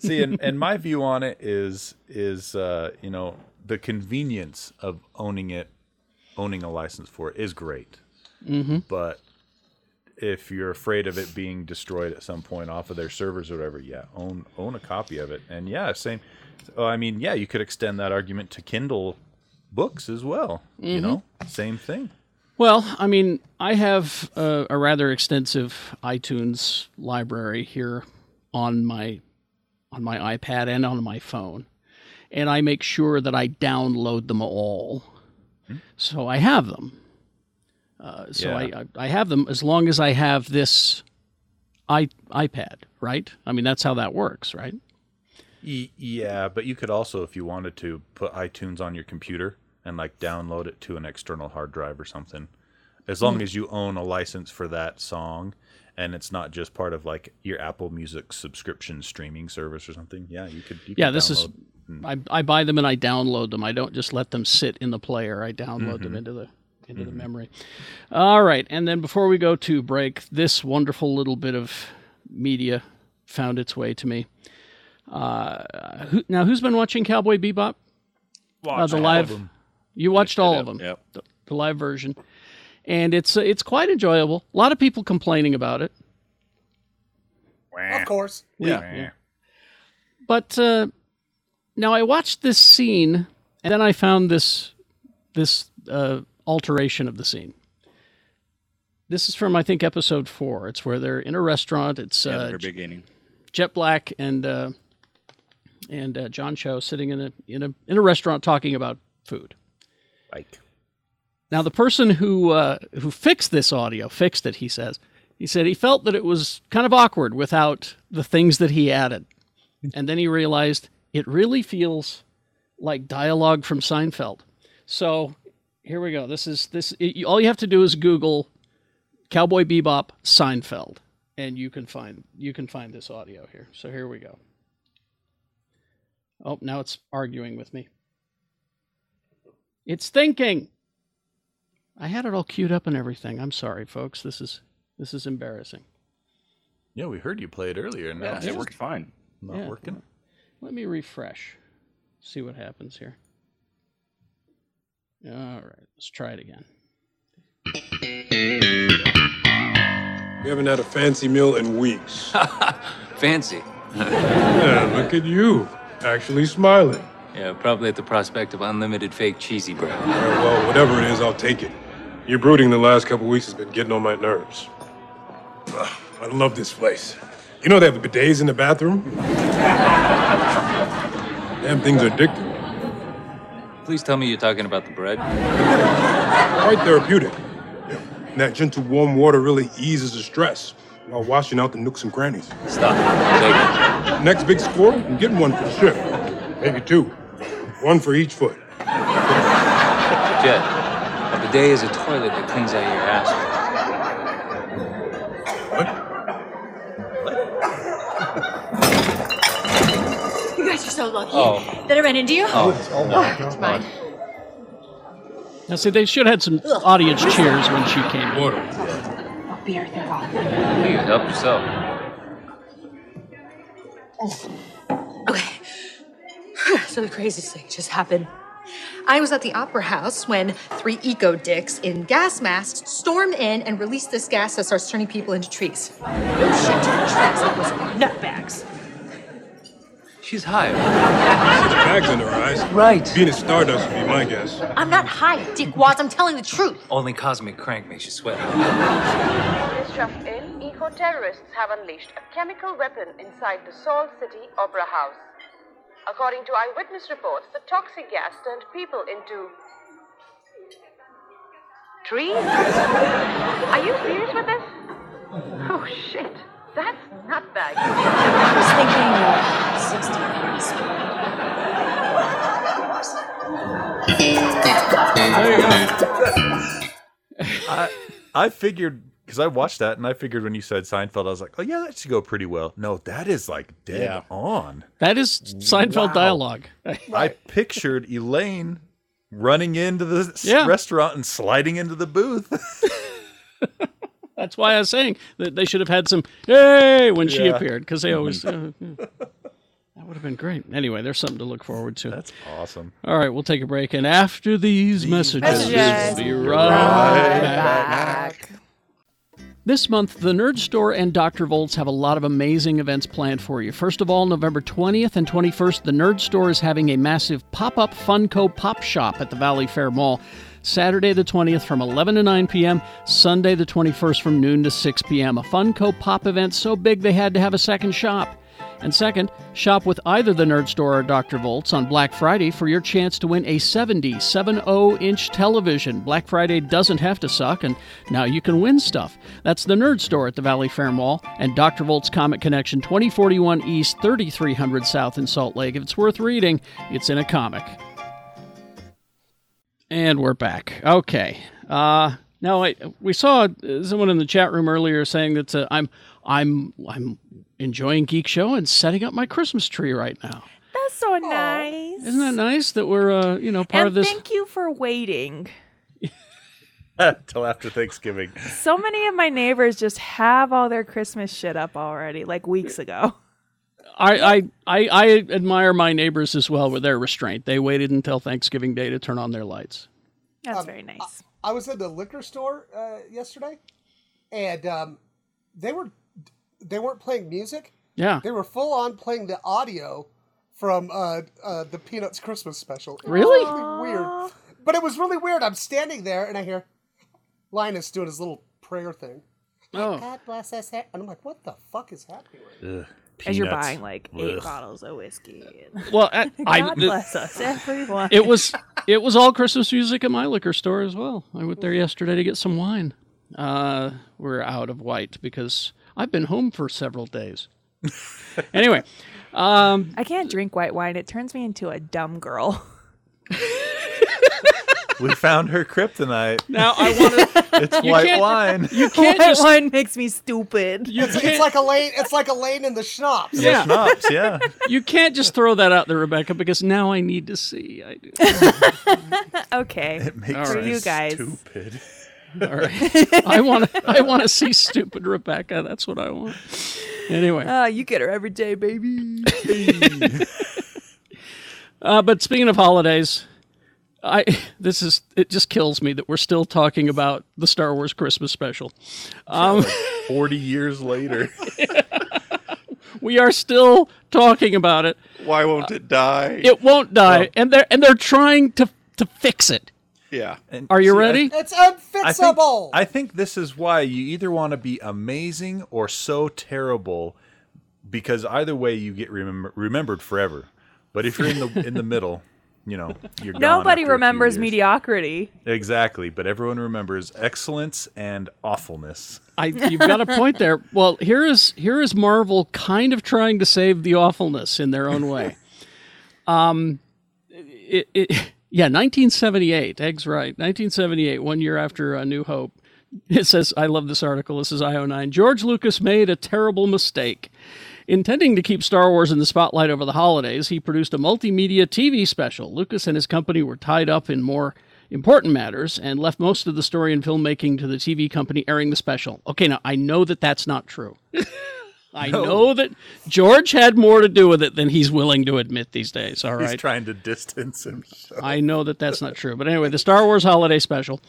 Speaker 3: See, and, and my view on it is is uh, you know the convenience of owning it, owning a license for it is great,
Speaker 2: Mhm.
Speaker 3: but if you're afraid of it being destroyed at some point off of their servers or whatever, yeah, own own a copy of it, and yeah, same. Oh, I mean, yeah, you could extend that argument to Kindle books as well. You
Speaker 2: Mhm.
Speaker 3: know, same thing.
Speaker 2: Well, I mean, I have a, a rather extensive iTunes library here on my on my iPad and on my phone, and I make sure that I download them all, so I have them. Uh, so
Speaker 3: Yeah.
Speaker 2: I, I I have them as long as I have this i iPad, right? I mean, that's how that works, right?
Speaker 3: Y- Yeah, but you could also, if you wanted to, put iTunes on your computer and like download it to an external hard drive or something. As long
Speaker 6: Hmm.
Speaker 3: as you own a license for that song and it's not just part of like your Apple Music subscription streaming service or something. Yeah, you could. You
Speaker 2: yeah,
Speaker 3: could
Speaker 2: this is.
Speaker 3: download and-
Speaker 2: I, I buy them and I download them. I don't just let them sit in the player. I download them
Speaker 6: Mm-hmm.
Speaker 3: Mhm.
Speaker 2: into the into the memory. All right, and then before we go to break, this wonderful little bit of media found its way to me. Uh, who, now, who's been watching Cowboy Bebop?
Speaker 6: Watched
Speaker 2: the
Speaker 6: all
Speaker 2: live.
Speaker 6: of 'em.
Speaker 2: You watched all of
Speaker 6: Yep,
Speaker 2: them. The, the live version, and it's uh, it's quite enjoyable. A lot of people complaining about it.
Speaker 5: Of course.
Speaker 2: Yeah. But uh, now I watched this scene, and then I found this this uh, alteration of the scene. This is from I think episode four. It's where they're in a restaurant. It's
Speaker 6: Yeah, the
Speaker 2: uh,
Speaker 6: very beginning.
Speaker 2: Jet Black and uh, and uh, John Cho sitting in a in a in a restaurant talking about food.
Speaker 6: Like
Speaker 2: Now, the person who uh, who fixed this audio fixed it. He says he said he felt that it was kind of awkward without the things that he added, and then he realized it really feels like dialogue from Seinfeld. So here we go. This is this. It, you, all you have to do is Google Cowboy Bebop Seinfeld, and you can find you can find this audio here. So here we go. Oh, now it's arguing with me. It's thinking. I had it all queued up and everything. I'm sorry, folks. This is this is embarrassing.
Speaker 3: Yeah, we heard you play it earlier. And now
Speaker 6: Yeah,
Speaker 3: it's
Speaker 6: it
Speaker 3: just
Speaker 6: worked fine.
Speaker 3: Not
Speaker 2: Yeah.
Speaker 3: working.
Speaker 2: Let me refresh. See what happens here. All right, let's try it again.
Speaker 12: We haven't had a fancy meal in weeks.
Speaker 13: Fancy.
Speaker 12: Yeah, look at you, actually smiling.
Speaker 13: Yeah, probably at the prospect of unlimited fake cheesy bread.
Speaker 12: Well, whatever it is, I'll take it. Your brooding the last couple weeks has been getting on my nerves. Ugh, I love this place. You know they have bidets in the bathroom? Damn things are addictive.
Speaker 13: Please tell me you're talking about the bread.
Speaker 12: Quite therapeutic. And that gentle warm water really eases the stress while washing out the nooks and crannies.
Speaker 13: Stop.
Speaker 12: Next big score, I'm getting one for sure. Maybe two. One for each foot.
Speaker 13: Jed, a bidet is a toilet that cleans out your ass.
Speaker 14: You guys are so lucky
Speaker 13: Oh.
Speaker 14: that I ran into you.
Speaker 13: Oh. Oh, my
Speaker 14: it's mine.
Speaker 2: Now, see, they should have had some audience cheers when she came.
Speaker 14: I'll be right there.
Speaker 13: Please help yourself.
Speaker 14: so the craziest thing just happened. I was at the opera house when three eco dicks in gas masks stormed in and released this gas that starts turning people into trees. No shit, trees. It was nutbags.
Speaker 13: She's high.
Speaker 12: Bags under her eyes. Right. Venus Stardust would be my guess.
Speaker 14: I'm not high, dickwads. I'm telling the truth.
Speaker 13: Only cosmic crank makes you sweat.
Speaker 15: Shrub Inn, eco terrorists have unleashed a chemical weapon inside the Seoul City Opera House. According to eyewitness reports, the toxic gas turned people into. trees? Are you serious with this? Oh shit, that's nutbag.
Speaker 14: I was thinking uh, 60
Speaker 3: I I figured because I watched that and I figured when you said Seinfeld, I was like, oh yeah, that should go pretty well. No, that is like dead
Speaker 2: Yeah.
Speaker 3: on.
Speaker 2: That is Seinfeld
Speaker 3: Wow.
Speaker 2: dialogue.
Speaker 3: I pictured Elaine running into the s-
Speaker 2: Yeah.
Speaker 3: restaurant and sliding into the booth.
Speaker 2: That's why I was saying that they should have had some hey when she
Speaker 3: Yeah.
Speaker 2: appeared because they always. uh,
Speaker 3: Mhm.
Speaker 2: yeah. that would have been great. Anyway, there's something to look forward to. That's
Speaker 3: awesome.
Speaker 2: All right, we'll take a break, and after these messages,
Speaker 16: messages.
Speaker 2: we'll be
Speaker 16: Right
Speaker 2: right
Speaker 16: back.
Speaker 2: back. This month, the Nerd Store and Dr. Volts have a lot of amazing events planned for you. First of all, November 20th and 21st, the Nerd Store is having a massive pop up Funko Pop Shop at the Valley Fair Mall. Saturday the 20th from 11 to 9 p.m., Sunday the 21st from noon to 6 p.m. A Funko Pop event so big they had to have a second shop. And second, shop with either the Nerd Store or Dr. Volts on Black Friday for your chance to win a 70 70 inch television. Black Friday doesn't have to suck, and now you can win stuff. That's the Nerd Store at the Valley Fair Mall and Dr. Volts Comic Connection 2041 East, 3300 South in Salt Lake. If it's worth reading, it's in a comic. And we're back. Okay. Uh, now I, we saw uh, someone in the chat room earlier saying that uh, I'm I'm I'm enjoying Geek Show and setting up my Christmas tree right now.
Speaker 4: That's so nice.
Speaker 2: Isn't that nice that we're uh, you know part
Speaker 4: and
Speaker 2: of this?
Speaker 4: thank you for waiting.
Speaker 3: Till after Thanksgiving.
Speaker 4: So many of my neighbors just have all their Christmas shit up already, like weeks ago.
Speaker 2: I, I I I admire my neighbors as well with their restraint. They waited until Thanksgiving Day to turn on their lights.
Speaker 4: That's very nice.
Speaker 5: I, I was at the liquor store uh, yesterday, and um, they were they weren't playing music.
Speaker 2: Yeah.
Speaker 5: they were full on playing the audio from uh, uh, the Peanuts Christmas special. It was
Speaker 2: Really?
Speaker 5: really weird, but it was really weird. I'm standing there and I hear Linus doing his little prayer thing.
Speaker 2: Oh.
Speaker 5: God bless us, and I'm like, what the fuck is happening? right now?
Speaker 4: As you're
Speaker 2: Peanuts.
Speaker 4: buying like eight
Speaker 2: Ugh.
Speaker 4: bottles of whiskey.
Speaker 2: Well, I- I-
Speaker 4: God bless us, everyone.
Speaker 2: It was it was all Christmas music at my liquor store as well. I went there yesterday to get some wine. Uh, we're out of white because I've been home for several days. anyway, um,
Speaker 4: I can't drink white wine. It turns me into a dumb girl.
Speaker 3: we found her kryptonite.
Speaker 2: Now I want
Speaker 3: It's white wine.
Speaker 4: white wine makes me stupid.
Speaker 5: It's, it's like a lane. It's like a lane in the shops.
Speaker 2: Yeah.
Speaker 3: Schnapps, yeah.
Speaker 2: you can't just throw that out there, Rebecca, because now I need to see. I do.
Speaker 4: okay. It
Speaker 2: makes
Speaker 4: For
Speaker 2: me
Speaker 4: you guys.
Speaker 3: Stupid.
Speaker 2: All right. I want to. I want to see stupid Rebecca. That's what I want. Anyway.
Speaker 4: Ah, you get her every day, baby.
Speaker 2: Uh, but speaking of holidays, I this is it just kills me that we're still talking about the Star Wars Christmas special. Um,
Speaker 3: Forty years later.
Speaker 2: We are still talking about it. Uh,
Speaker 6: Why won't it die?
Speaker 2: It won't die, and they're and they're trying to to fix it.
Speaker 6: Yeah.
Speaker 2: Are you
Speaker 3: See, I-
Speaker 2: ready?
Speaker 5: It's
Speaker 3: I think,
Speaker 5: unfixable.
Speaker 3: I think this is why you either want to be amazing or so terrible, because either way you get remem- remembered forever. But if you're in the in the middle, you know you're gone after
Speaker 4: Nobody
Speaker 3: a few
Speaker 4: remembers
Speaker 3: years.
Speaker 4: mediocrity.
Speaker 3: Exactly, but everyone remembers excellence and awfulness.
Speaker 2: I, you've got a point there. Well, here is here is Marvel kind of trying to save the awfulness in their own way. Um, it, it, yeah, 1978. Egg's right. 1978, one year after A New Hope. It says, I love this article. This is IO9. George Lucas made a terrible mistake. Intending to keep Star Wars in the spotlight over the holidays, he produced a multimedia TV special. Lucas and his company were tied up in more important matters and left most of the story and filmmaking to the TV company airing the special. Okay, now I know that that's not true. I
Speaker 3: No.
Speaker 2: know that George had more to do with it than he's willing to admit these days. All right.
Speaker 3: He's trying to distance himself.
Speaker 2: I know that that's not true. But anyway, the Star Wars Holiday Special.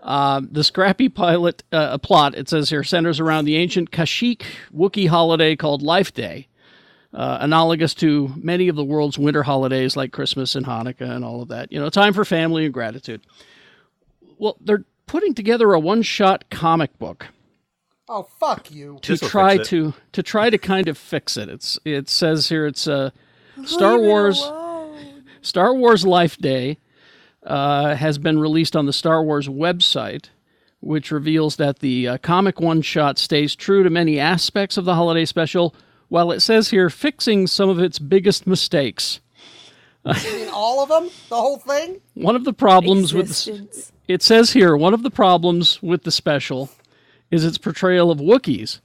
Speaker 2: Um, the scrappy pilot uh, plot, it says here, centers around the ancient Kashyyyk Wookiee holiday called Life Day, uh, analogous to many of the world's winter holidays like Christmas and Hanukkah and all of that. You know, time for family and gratitude. Well, they're putting together a one shot comic book
Speaker 5: Oh, fuck you.
Speaker 2: to try to to try to kind of fix it. It's it says here it's uh, Star
Speaker 5: Leave it
Speaker 2: Wars Star Wars Life Day uh, has been released on the Star Wars website, which reveals that the uh, comic one shot stays true to many aspects of the holiday special, while it says here fixing some of its biggest mistakes.
Speaker 5: You mean all of them? The whole thing?
Speaker 2: One of the problems with the, it says here one of the problems with the special is its portrayal of Wookiees,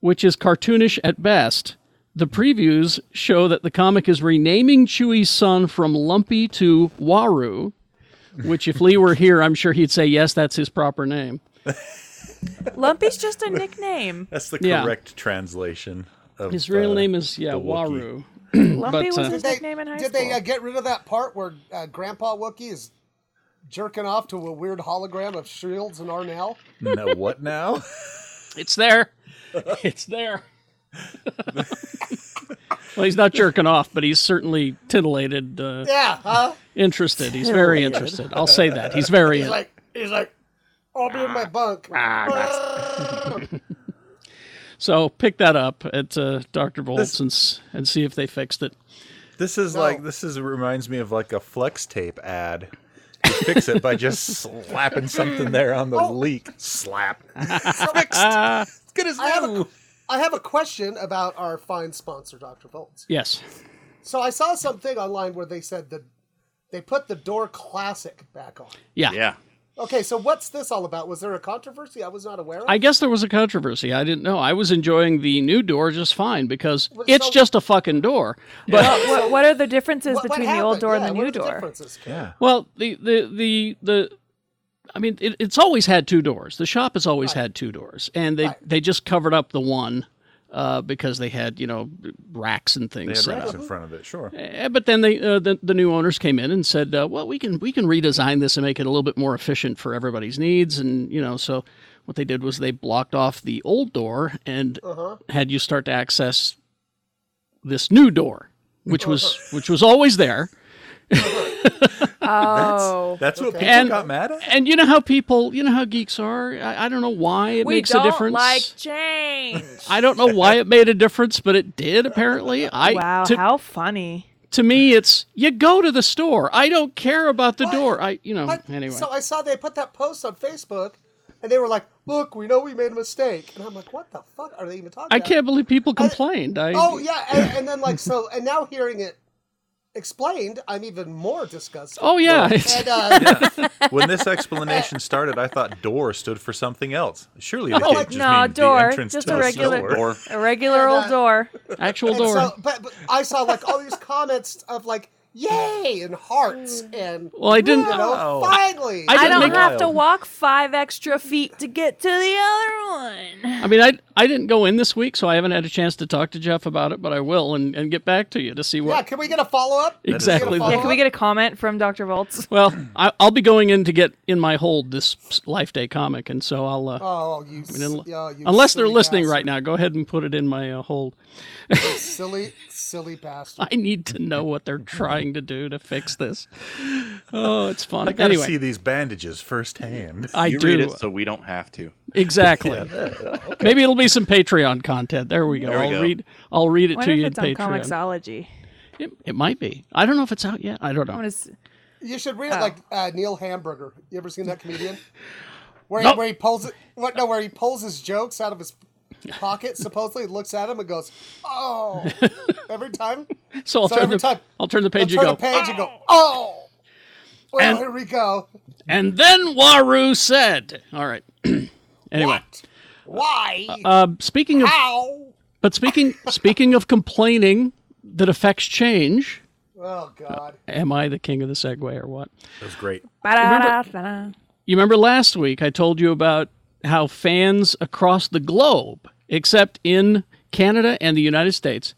Speaker 2: which is cartoonish at best. The previews show that the comic is renaming Chewie's son from Lumpy to Waru, which if Lee were here, I'm sure he'd say yes, that's his proper name.
Speaker 4: Lumpy's just a nickname.
Speaker 3: That's the
Speaker 2: Yeah.
Speaker 3: correct translation of
Speaker 2: His real
Speaker 3: uh,
Speaker 2: name is yeah
Speaker 3: the
Speaker 2: Waru.
Speaker 3: Wookiee.
Speaker 4: Lumpy
Speaker 2: but,
Speaker 4: was
Speaker 2: uh,
Speaker 4: his nickname in high
Speaker 5: Did
Speaker 4: school.
Speaker 5: they uh, get rid of that part where uh, Grandpa Wookie is jerking off to a weird hologram of Shields and Arnell?
Speaker 3: No, what now?
Speaker 2: it's there. It's there. well, he's not jerking off, but he's certainly titillated. Uh,
Speaker 5: Yeah, huh?
Speaker 2: Interested. He's very
Speaker 5: Titillated.
Speaker 2: interested. I'll say that. He's very.
Speaker 5: He's like, he's like, I'll be in my bunk.
Speaker 3: Ah,
Speaker 2: so pick that up at uh, Doctor Volts
Speaker 3: This-
Speaker 2: and, s- and see if they fixed it.
Speaker 3: This is like this is reminds me of like a flex tape ad. You fix it by just slapping something there on
Speaker 4: Oh.
Speaker 3: the leak. Slap.
Speaker 5: It's good as I have, a, I have a question about our fine sponsor, Dr. Volts.
Speaker 2: Yes.
Speaker 5: So I saw something online where they said that they put the door classic back on.
Speaker 2: Yeah. Yeah.
Speaker 5: Okay, so what's this all about? Was there a controversy I was not aware of?
Speaker 2: I guess there was a controversy. I didn't know. I was enjoying the new door just fine because
Speaker 5: Well,
Speaker 2: it's
Speaker 5: so-
Speaker 2: just a fucking door. But
Speaker 4: Well, what, what are the differences
Speaker 5: What- what
Speaker 4: between the old
Speaker 5: happened?
Speaker 4: door
Speaker 5: Yeah,
Speaker 4: and the
Speaker 5: what
Speaker 4: new
Speaker 5: are the
Speaker 4: door?
Speaker 5: differences, Ken?
Speaker 3: Yeah.
Speaker 2: Well, the the the the I mean, it, it's always had two doors. The shop has always had two doors, and they they just covered up the one uh, because they had you know racks and
Speaker 3: They
Speaker 2: things
Speaker 3: had
Speaker 2: set
Speaker 3: racks
Speaker 2: up.
Speaker 3: in front of it, sure.
Speaker 2: Eh, But then they uh, the, the new owners came in and said, uh, "Well, we can we can redesign this and make it a little bit more efficient for everybody's needs." And you know, so what they did was they blocked off the old door and
Speaker 5: Uh-huh.
Speaker 2: had you start to access this new door, which was
Speaker 5: Uh-huh.
Speaker 2: which was always there.
Speaker 4: Oh,
Speaker 3: That's what people
Speaker 2: And-
Speaker 3: got mad at.
Speaker 2: And you know how people, you know how geeks are. I, I don't know why it
Speaker 4: we
Speaker 2: makes
Speaker 4: don't
Speaker 2: a difference.
Speaker 4: like change.
Speaker 2: I don't know why it made a difference, but it did apparently. I
Speaker 4: wow,
Speaker 2: to,
Speaker 4: how funny!
Speaker 2: to me, it's you go to the store. I don't care about the door. I you know
Speaker 5: But-
Speaker 2: anyway.
Speaker 5: So I saw they put that post on Facebook, and they were like, "Look, we know we made a mistake," and I'm like, "What the fuck are they even talking?"
Speaker 2: I
Speaker 5: about?
Speaker 2: can't believe people complained. I,
Speaker 5: Oh yeah, and, and then like so, and now hearing it explained, I'm even more disgusted.
Speaker 2: Oh, yeah.
Speaker 5: and, uh,
Speaker 3: When this explanation started, I thought door stood for something else. Surely they
Speaker 5: No,
Speaker 3: can't
Speaker 5: like-
Speaker 3: just
Speaker 4: Oh, no,
Speaker 3: mean
Speaker 4: door,
Speaker 3: the entrance
Speaker 4: just
Speaker 3: to
Speaker 4: a
Speaker 3: the
Speaker 4: regular-
Speaker 3: store.
Speaker 4: A regular old door.
Speaker 2: Actual
Speaker 5: and so, but, but I saw like all these comments of like, "Yay!" and hearts and
Speaker 2: Well, I didn't-
Speaker 5: you know,
Speaker 2: Wow.
Speaker 5: finally.
Speaker 2: I
Speaker 4: I
Speaker 2: didn't
Speaker 4: don't
Speaker 2: make-
Speaker 4: have to walk five extra feet to get to the other one.
Speaker 2: I mean, I I didn't go in this week, so I haven't had a chance to talk to Jeff about it, but I will and, and get back to you to see
Speaker 5: Yeah,
Speaker 2: what.
Speaker 5: can we get a follow up?
Speaker 2: Exactly.
Speaker 4: Yeah, can we get a comment from Dr. Volts?
Speaker 2: Well, I, I'll be going in to get in my hold this Life Day comic, and so I'll. Uh,
Speaker 5: Oh, you
Speaker 2: I mean, unle-
Speaker 5: s- oh, you
Speaker 2: unless they're
Speaker 5: silly
Speaker 2: listening
Speaker 5: bastard.
Speaker 2: right now, go ahead and put it in my uh, hold.
Speaker 5: silly, silly bastard.
Speaker 2: I need to know what they're trying to do to fix this. Oh, it's fun.
Speaker 3: I gotta
Speaker 2: Anyway,
Speaker 3: see these bandages firsthand.
Speaker 2: I
Speaker 6: you read
Speaker 2: do.
Speaker 6: it so we don't have to.
Speaker 2: exactly.
Speaker 6: Yeah.
Speaker 2: Maybe it'll be some Patreon content. There we go.
Speaker 6: There we
Speaker 2: I'll
Speaker 6: go.
Speaker 2: read. I'll read it
Speaker 4: Wonder
Speaker 2: to you
Speaker 4: if it's
Speaker 2: in
Speaker 4: on
Speaker 2: Patreon.
Speaker 4: Comixology.
Speaker 2: It, it might be. I don't know if it's out yet. I don't know.
Speaker 4: I want to.
Speaker 5: You should
Speaker 2: Oh.
Speaker 5: read it like uh, Neil Hamburger. You ever seen that comedian? Where he,
Speaker 2: Nope.
Speaker 5: where he pulls it, what, no, where he pulls his jokes out of his pocket supposedly, looks at him and goes, "Oh!" every time.
Speaker 2: So I'll turn
Speaker 5: every
Speaker 2: the- I'll turn the page
Speaker 5: He'll
Speaker 2: and
Speaker 5: turn
Speaker 2: go,
Speaker 5: the page and go, "Oh!" Well,
Speaker 2: And-
Speaker 5: here we go.
Speaker 2: And then Waru said, "All right." anyway,
Speaker 5: Why?
Speaker 2: Uh, speaking of,
Speaker 5: How?
Speaker 2: but speaking speaking of complaining that affects change,
Speaker 5: Oh God!
Speaker 2: am I the king of the segue or what?
Speaker 3: That was great.
Speaker 4: Ba-da-da-da-da.
Speaker 2: You remember last week I told you about how fans across the globe, except in Canada and the United States,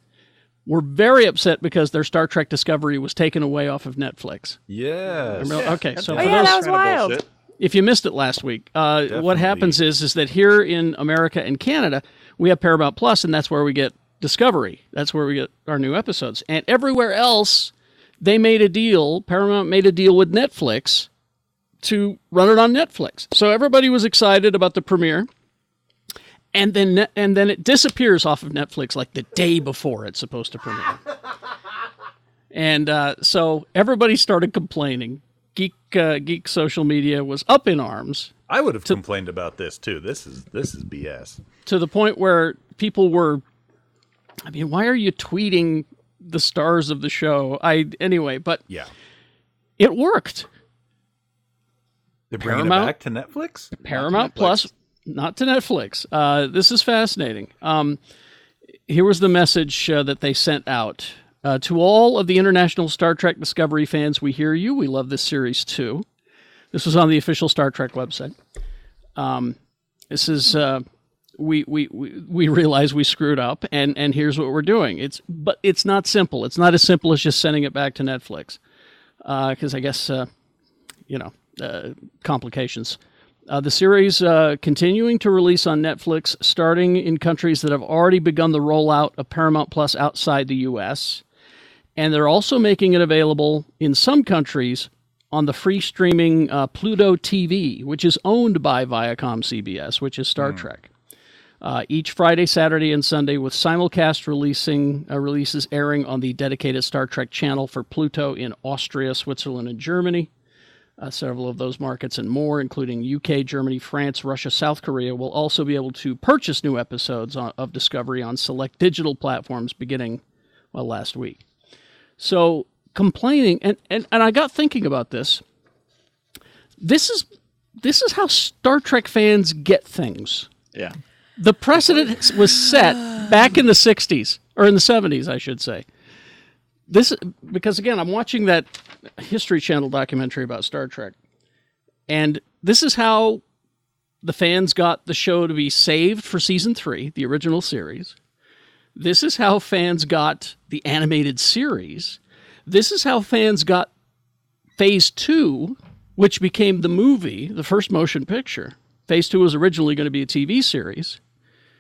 Speaker 2: were very upset because their Star Trek Discovery was taken away off of Netflix.
Speaker 3: Yes.
Speaker 2: Remember- okay, so
Speaker 4: Oh,
Speaker 2: for
Speaker 4: yeah,
Speaker 2: those-
Speaker 4: that was wild.
Speaker 2: If you missed it last week, uh, what happens is is that here in America and Canada, we have Paramount Plus, and that's where we get Discovery. That's where we get our new episodes. And everywhere else, they made a deal. Paramount made a deal with Netflix to run it on Netflix. So everybody was excited about the premiere, and then ne- and then it disappears off of Netflix like the day before it's supposed to premiere. And uh, so everybody started complaining. Geek uh, geek social media was up in arms
Speaker 3: I would have complained about this too. This is this is BS.
Speaker 2: to the point where people were I mean, why are you tweeting the stars of the show? I anyway, but
Speaker 3: Yeah.
Speaker 2: it worked.
Speaker 3: They're bringing
Speaker 2: Paramount?
Speaker 3: it back to Netflix.
Speaker 2: Paramount Plus, not to Netflix. Uh, this is fascinating. Um, here was the message uh, that they sent out uh, to all of the international Star Trek Discovery fans. We hear you. We love this series too. This was on the official Star Trek website. Um, this is uh, we, we we we realize we screwed up, and and here's what we're doing. It's but it's not simple. It's not as simple as just sending it back to Netflix, because I guess uh, you know uh, complications. Uh, the series uh, continuing to release on Netflix, starting in countries that have already begun the rollout of Paramount Plus outside the U.S. And they're also making it available in some countries on the free streaming uh, Pluto TV, which is owned by Viacom CBS, which is Star Trek. Uh, each Friday, Saturday, and Sunday, with simulcast releasing uh, releases airing on the dedicated Star Trek channel for Pluto in Austria, Switzerland, and Germany. Uh, several of those markets and more, including UK, Germany, France, Russia, South Korea, will also be able to purchase new episodes on, of Discovery on select digital platforms beginning well last week. So complaining, and, and, and I got thinking about this. This is this is how Star Trek fans get things.
Speaker 6: Yeah.
Speaker 2: The precedent was set back in the 60s, or in the 70s, I should say. This because again, I'm watching that History Channel documentary about Star Trek, and this is how the fans got the show to be saved for season three, the original series. This is how fans got the animated series. This is how fans got phase two, which became the movie, the first motion picture. Phase two was originally going to be a TV series,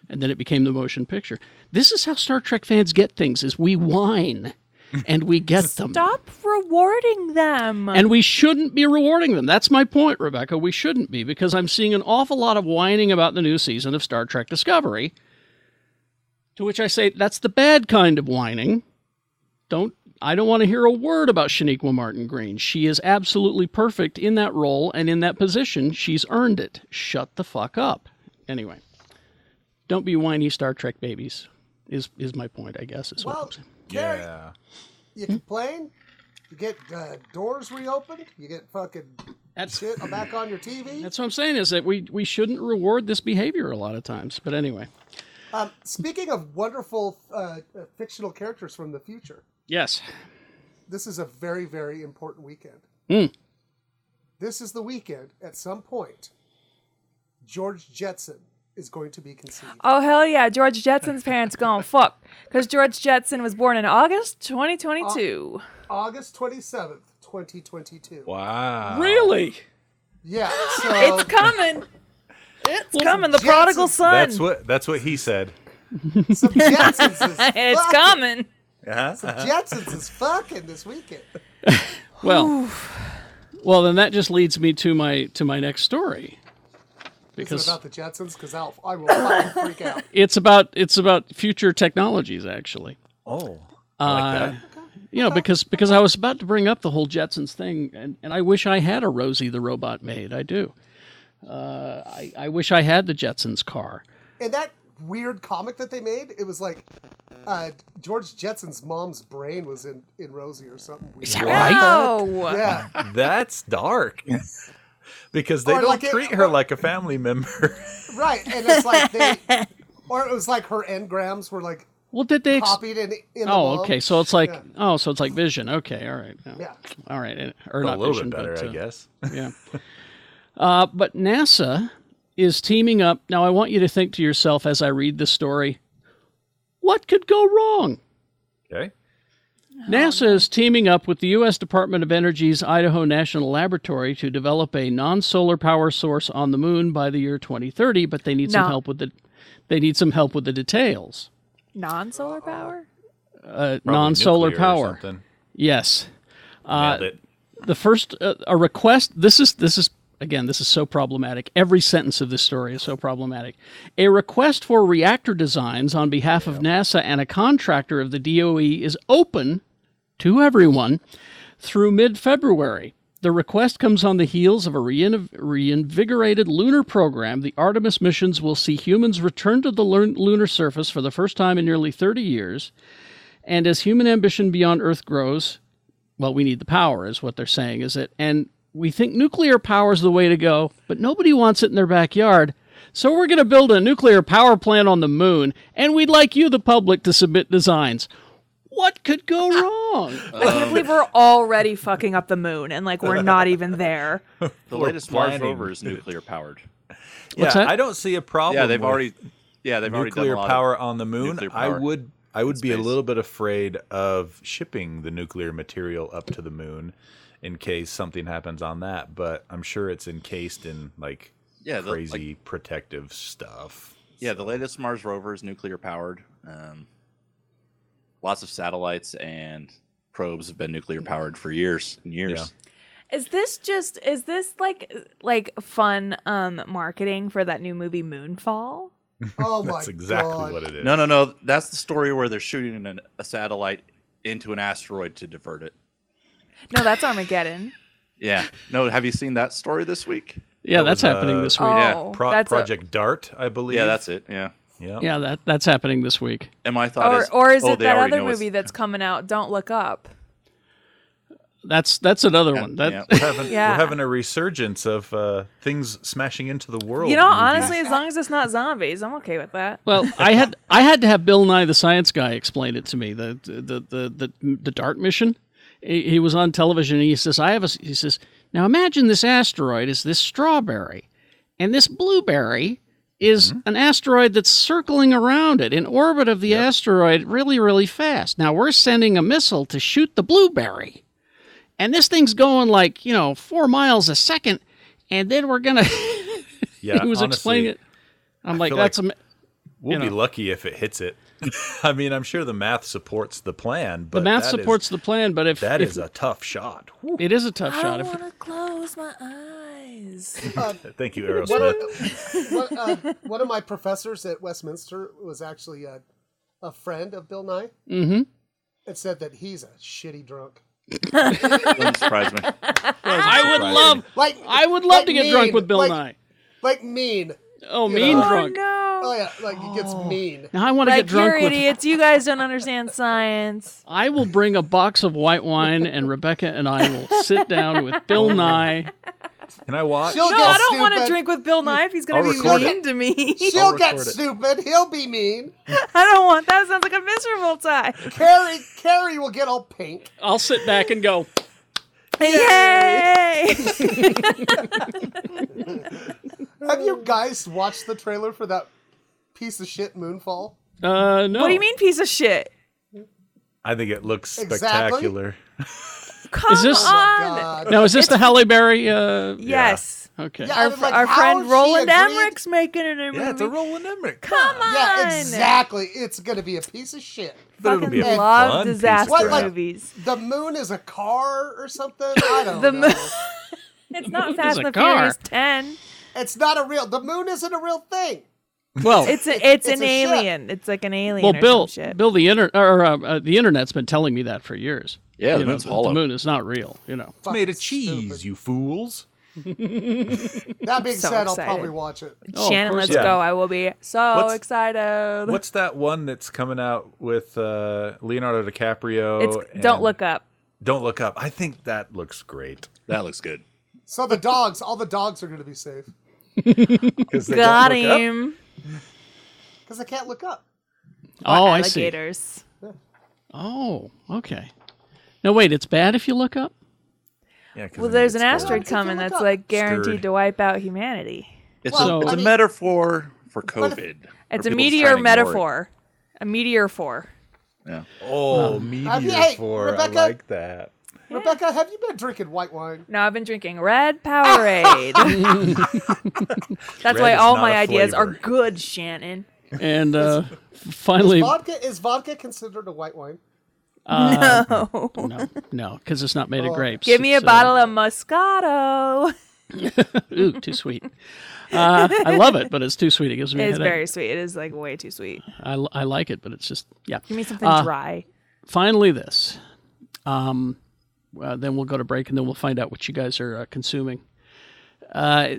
Speaker 2: and then it became the motion picture. This is how Star Trek fans get things: is we whine and we get them.
Speaker 4: Stop rewarding them.
Speaker 2: And we shouldn't be rewarding them. That's my point, Rebecca. We shouldn't be because I'm seeing an awful lot of whining about the new season of Star Trek Discovery. To which I say, that's the bad kind of whining. Don't I don't want to hear a word about Shaniqua Martin Green. She is absolutely perfect in that role and in that position. She's earned it. Shut the fuck up. Anyway, don't be whiny Star Trek babies. Is is my point? I guess is what
Speaker 5: Well,
Speaker 2: I'm saying.
Speaker 5: Gary, you complain, you get uh, doors reopened, you get fucking shit back on your TV.
Speaker 2: That's what I'm saying is that we, we shouldn't reward this behavior a lot of times. But anyway,
Speaker 5: Um, speaking of wonderful uh, uh, fictional characters from the future,
Speaker 2: yes.
Speaker 5: this is a very, very important weekend.
Speaker 2: Mm.
Speaker 5: This is the weekend at some point. George Jetson is going to be conceived.
Speaker 4: Oh hell yeah! George Jetson's parents gone fuck because George Jetson was born in August 2022.
Speaker 5: August 27th, 2022. Uh,
Speaker 3: Wow.
Speaker 2: Really?
Speaker 5: Yeah. So
Speaker 4: It's coming. It's coming. The
Speaker 5: Jetson-
Speaker 4: prodigal son.
Speaker 3: That's what that's what he said.
Speaker 4: it's coming.
Speaker 3: Uh-huh,
Speaker 5: Some
Speaker 3: uh-huh.
Speaker 5: Jetsons is fucking this weekend.
Speaker 2: Well, well, then that just leads me to my to my next story,
Speaker 5: Because
Speaker 2: because
Speaker 5: about the Jetsons, because I will fucking freak out.
Speaker 2: it's about it's about future technologies actually.
Speaker 3: Oh,
Speaker 2: uh, you know because because I was about to bring up the whole Jetsons thing, and, and I wish I had a Rosie the robot maid. I do. Uh, I I wish I had the Jetsons car.
Speaker 5: And that weird comic that they made, it was like uh, George Jetson's mom's brain was in, in Rosie or something. Weird.
Speaker 3: Is that right? Wow.
Speaker 5: Yeah.
Speaker 3: That's dark. because they
Speaker 5: Or
Speaker 3: don't
Speaker 5: Oh, like it-
Speaker 3: treat her like a family member.
Speaker 5: Right. And it's like they, or it was like her engrams were like
Speaker 2: well, did they ex-
Speaker 5: copied in, in the
Speaker 2: Oh,
Speaker 5: mom.
Speaker 2: okay. So it's like
Speaker 5: Yeah.
Speaker 2: oh, so it's like Vision. Okay, all right.
Speaker 5: Yeah.
Speaker 2: All right, and- or
Speaker 3: A
Speaker 2: not
Speaker 3: little bit
Speaker 2: Vision,
Speaker 3: better,
Speaker 2: but,
Speaker 3: I
Speaker 2: uh,
Speaker 3: guess.
Speaker 2: yeah. Uh, but NASA is teaming up. Now, I want you to think to yourself as I read this story: what could go wrong?
Speaker 3: Okay.
Speaker 2: NASA is teaming up with the U.S. Department of Energy's Idaho National Laboratory to develop a non-solar power source on the moon by the year 2030. But they need some
Speaker 4: No.
Speaker 2: help with the they need some help with the details.
Speaker 4: Non-solar power.
Speaker 2: Uh, non-solar
Speaker 3: nuclear or
Speaker 2: power.
Speaker 3: something.
Speaker 2: Yes. Uh,
Speaker 3: Nailed it.
Speaker 2: the first uh, a request this is this is again this is so problematic every sentence of this story is so problematic a request for reactor designs on behalf of nasa and a contractor of the doe is open to everyone through mid-february the request comes on the heels of a reinv- reinvigorated lunar program. The Artemis missions will see humans return to the lun- lunar surface for the first time in nearly 30 years. And as human ambition beyond Earth grows, well, we need the power, is what they're saying, is it? And we think nuclear power is the way to go, but nobody wants it in their backyard. So we're going to build a nuclear power plant on the moon, and we'd like you, the public, to submit designs. What could go wrong?
Speaker 4: I
Speaker 6: Um,
Speaker 4: can't believe we're already fucking up the moon and like we're not even there.
Speaker 6: The
Speaker 3: We're
Speaker 6: latest
Speaker 3: planning.
Speaker 6: flyover is nuclear powered.
Speaker 3: Yeah,
Speaker 6: What's that?
Speaker 3: I don't see a problem.
Speaker 6: Yeah, they've
Speaker 3: with
Speaker 6: already- yeah, they've already done a
Speaker 3: nuclear
Speaker 6: lot of
Speaker 3: power on the moon.
Speaker 6: nuclear
Speaker 3: I
Speaker 6: power
Speaker 3: would I would
Speaker 6: in
Speaker 3: be a
Speaker 6: space.
Speaker 3: little bit afraid of shipping the nuclear material up to the moon in case something happens on that, but I'm sure it's encased in like
Speaker 6: Yeah, the-
Speaker 3: crazy protective stuff.
Speaker 6: Yeah, the latest Mars rover is nuclear powered. Um, lots of satellites and probes have been nuclear powered for years and years.
Speaker 4: Is this just is this like like fun um marketing for that new movie Moonfall?
Speaker 5: Oh my
Speaker 6: That's
Speaker 5: exactly God. what
Speaker 3: it is.
Speaker 6: No, no, no. That's the story where they're shooting an, a satellite into an asteroid to divert it.
Speaker 4: No, that's Armageddon.
Speaker 6: Yeah. No, have you seen that story this week?
Speaker 2: Yeah, that's happening this week.
Speaker 4: Oh,
Speaker 6: Yeah.
Speaker 4: Pro- that's a- Project
Speaker 3: Dart, I believe.
Speaker 6: Yeah, that's it. Yeah.
Speaker 3: Yeah.
Speaker 2: Yeah, that, that's happening this week.
Speaker 6: And my thought
Speaker 4: Or
Speaker 6: is,
Speaker 4: or is
Speaker 6: oh,
Speaker 4: it
Speaker 6: they
Speaker 4: that
Speaker 6: already
Speaker 4: other
Speaker 6: know it's-
Speaker 4: movie that's coming out, Don't Look Up?
Speaker 2: That's that's another one. That
Speaker 3: Yeah, we're having,
Speaker 4: Yeah.
Speaker 3: we're having a resurgence of uh, things smashing into the world.
Speaker 4: You know,
Speaker 3: movies.
Speaker 4: honestly, as long as it's not zombies, I'm okay with that.
Speaker 2: Well, I had I had to have Bill Nye the Science Guy explain it to me. The the the the, the Dart mission. He he was on television and he says, "I have a." s-" He says, "Now imagine this asteroid is this strawberry, and this blueberry is
Speaker 3: Mm-hmm.
Speaker 2: an asteroid that's circling around it in orbit of the asteroid really really fast. Now we're sending a missile to shoot the blueberry, and this thing's going like you know four miles a second, and then we're gonna."
Speaker 3: Yeah,
Speaker 2: he was explaining
Speaker 3: honestly,
Speaker 2: it. I'm
Speaker 3: I
Speaker 2: like,
Speaker 3: feel
Speaker 2: that's
Speaker 3: like
Speaker 2: a.
Speaker 3: We'll
Speaker 2: you
Speaker 3: be
Speaker 2: know.
Speaker 3: lucky if it hits it. I mean, I'm sure the math supports the plan, but
Speaker 2: the math
Speaker 3: that is-
Speaker 2: supports the plan, but if
Speaker 3: that
Speaker 2: if-
Speaker 3: is a tough shot.
Speaker 2: it is a tough
Speaker 4: I
Speaker 2: shot.
Speaker 4: don't
Speaker 2: If,
Speaker 4: want to close my eyes.
Speaker 3: Thank you,
Speaker 5: One of,
Speaker 3: Aerosmith.
Speaker 5: one, uh, one of my professors at Westminster was actually a, a friend of Bill Nye
Speaker 2: mm-hmm.
Speaker 5: and said that he's a shitty drunk.
Speaker 6: Wouldn't surprise me.
Speaker 2: I would
Speaker 6: surprising.
Speaker 2: love,
Speaker 5: Like
Speaker 2: I would love
Speaker 5: like
Speaker 2: to get
Speaker 5: mean,
Speaker 2: drunk with Bill
Speaker 5: like,
Speaker 2: Nye.
Speaker 5: Like mean.
Speaker 2: Oh,
Speaker 5: you
Speaker 2: mean
Speaker 5: know?
Speaker 2: drunk.
Speaker 5: Oh yeah, like he gets mean.
Speaker 2: Now I want to
Speaker 4: like
Speaker 2: get drunk
Speaker 4: you're
Speaker 2: with.
Speaker 4: idiots. You guys don't understand science.
Speaker 2: I will bring a box of white wine, and Rebecca and I will sit down with Bill Nye.
Speaker 3: Can I watch?
Speaker 5: She'll
Speaker 4: no,
Speaker 5: get
Speaker 4: I don't want to
Speaker 5: stupid.
Speaker 4: drink with Bill Nye if he's going
Speaker 3: I'll
Speaker 4: to be
Speaker 3: record it.
Speaker 4: mean to me.
Speaker 5: She'll get
Speaker 3: record it.
Speaker 5: stupid. He'll be mean.
Speaker 4: I don't want that. Sounds like a miserable time.
Speaker 5: Carrie, Carrie will get all pink.
Speaker 2: I'll sit back and go.
Speaker 4: Yay!
Speaker 5: Have you guys watched the trailer for that piece of shit Moonfall?
Speaker 2: Uh,
Speaker 4: What do you mean, piece of shit?
Speaker 3: I think it looks
Speaker 5: Exactly.
Speaker 3: spectacular.
Speaker 4: Come
Speaker 2: is
Speaker 5: Oh
Speaker 2: this
Speaker 4: on.
Speaker 2: now? Is this the Halle Berry? Uh,
Speaker 4: Yes.
Speaker 2: Okay.
Speaker 4: Our, our friend Roland Emmerich's making it a movie.
Speaker 5: it's a
Speaker 3: Roland Emmerich.
Speaker 4: Come on.
Speaker 5: Yeah, exactly. It's gonna be a piece of shit.
Speaker 4: But it'll be a Fucking love fun piece of disaster
Speaker 5: What, like,
Speaker 4: movies.
Speaker 5: The moon is a car or something. I don't
Speaker 4: The
Speaker 5: know.
Speaker 4: moon- It's not Fast and the Furious 10.
Speaker 5: It's not a real. The moon isn't a real thing.
Speaker 2: Well,
Speaker 4: it's a, it's,
Speaker 5: It's
Speaker 4: an
Speaker 5: a ship.
Speaker 4: alien. It's like an alien.
Speaker 2: Well,
Speaker 4: or
Speaker 2: Bill,
Speaker 4: some shit.
Speaker 2: Bill, the inter- or uh, uh, the internet's been telling me that for years.
Speaker 6: Yeah, the
Speaker 2: You know,
Speaker 6: moon's
Speaker 2: that
Speaker 6: hollow.
Speaker 2: The moon is not real. You know.
Speaker 3: It's made of cheese, you fools.
Speaker 5: That being
Speaker 4: So
Speaker 5: said, I'll
Speaker 4: excited.
Speaker 5: probably watch it.
Speaker 4: Shannon, let's
Speaker 3: Yeah.
Speaker 4: go. I will be so
Speaker 3: What's-
Speaker 4: excited.
Speaker 3: What's that one that's coming out with uh, Leonardo DiCaprio?
Speaker 4: It's Don't
Speaker 3: oh, and-
Speaker 4: Look Up.
Speaker 3: Don't look up. I think that looks great.
Speaker 6: That looks good.
Speaker 5: So the dogs, all the dogs are gonna be safe
Speaker 3: Because
Speaker 4: Got him.
Speaker 5: because they can't look up.
Speaker 2: Oh,
Speaker 4: Or
Speaker 2: I see.
Speaker 4: alligators.
Speaker 2: Oh, okay. Now wait, it's bad if you look up.
Speaker 3: Yeah,
Speaker 4: Well, there's an asteroid coming that's like guaranteed
Speaker 2: Stirred.
Speaker 4: to wipe out humanity.
Speaker 6: It's
Speaker 2: Well,
Speaker 6: a, it's
Speaker 2: I
Speaker 6: a
Speaker 2: mean-
Speaker 6: metaphor for COVID. for
Speaker 4: It's a
Speaker 6: people just
Speaker 4: meteor
Speaker 6: trying to ignore it.
Speaker 4: metaphor. A meteor for.
Speaker 6: Yeah.
Speaker 3: Oh,
Speaker 5: Have you-
Speaker 3: meteor
Speaker 5: hey,
Speaker 3: for
Speaker 5: Rebecca?
Speaker 3: I like that.
Speaker 5: Rebecca, have you been drinking white wine?
Speaker 4: No, I've been drinking red Powerade. That's
Speaker 2: Red
Speaker 4: why
Speaker 2: is
Speaker 4: all
Speaker 2: not
Speaker 4: my
Speaker 2: a
Speaker 4: ideas are
Speaker 2: flavor.
Speaker 4: good, Shannon.
Speaker 2: And uh, finally,
Speaker 5: is vodka is vodka considered a white wine?
Speaker 2: uh,
Speaker 4: no,
Speaker 2: no, no, because it's not made of grapes.
Speaker 4: Give me a
Speaker 2: It's, uh,
Speaker 4: bottle of Moscato.
Speaker 2: Ooh, too sweet. Uh, I love it, but it's too sweet. It gives me. a
Speaker 4: It's
Speaker 2: headache.
Speaker 4: very sweet. It is like way too sweet.
Speaker 2: I, l- I like it, but it's just yeah.
Speaker 4: Give me something
Speaker 2: Uh,
Speaker 4: dry.
Speaker 2: Finally, this. Um, uh, then we'll go to break, and then we'll find out what you guys are uh, consuming. Uh,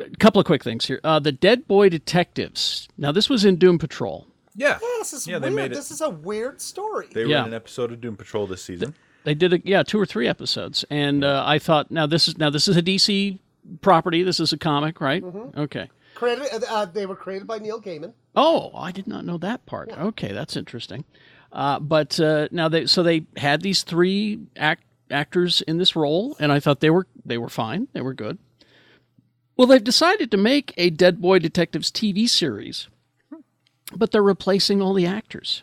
Speaker 2: a couple of quick things here. Uh, the Dead Boy Detectives. Now, this was in Doom Patrol.
Speaker 3: Yeah.
Speaker 5: Yeah, this is
Speaker 3: Yeah, they
Speaker 5: weird.
Speaker 3: made it-
Speaker 5: This is a weird story.
Speaker 3: They were
Speaker 2: Yeah.
Speaker 3: in an episode of Doom Patrol this season.
Speaker 2: They did a, yeah two or three episodes, and uh, I thought now this is now this is a DC property. This is a comic, right?
Speaker 5: Mhm.
Speaker 2: Okay.
Speaker 5: created. Uh, they were created by Neil Gaiman.
Speaker 2: Oh, I did not know that part. Okay, that's interesting. Uh, but uh, now they so they had these three act, actors in this role, and I thought they were they were fine. They were good. Well, they've decided to make a Dead Boy Detectives TV series, but they're replacing all the actors.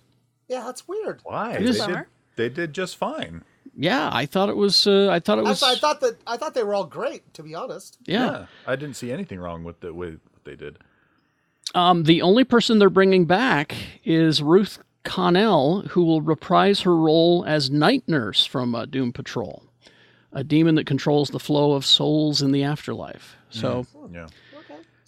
Speaker 5: Yeah, that's weird.
Speaker 3: Why?
Speaker 2: It
Speaker 3: They
Speaker 2: is-
Speaker 3: did, they did just fine.
Speaker 2: Yeah, I thought it was. Uh, I thought it
Speaker 5: I,
Speaker 2: was.
Speaker 5: th- I thought that I thought they were all great. To be honest,
Speaker 2: Yeah.
Speaker 3: I didn't see anything wrong with the with what they did.
Speaker 2: Um, the only person they're bringing back is Ruth Connell, who will reprise her role as Night Nurse from uh, Doom Patrol, a demon that controls the flow of souls in the afterlife. So,
Speaker 3: Yeah.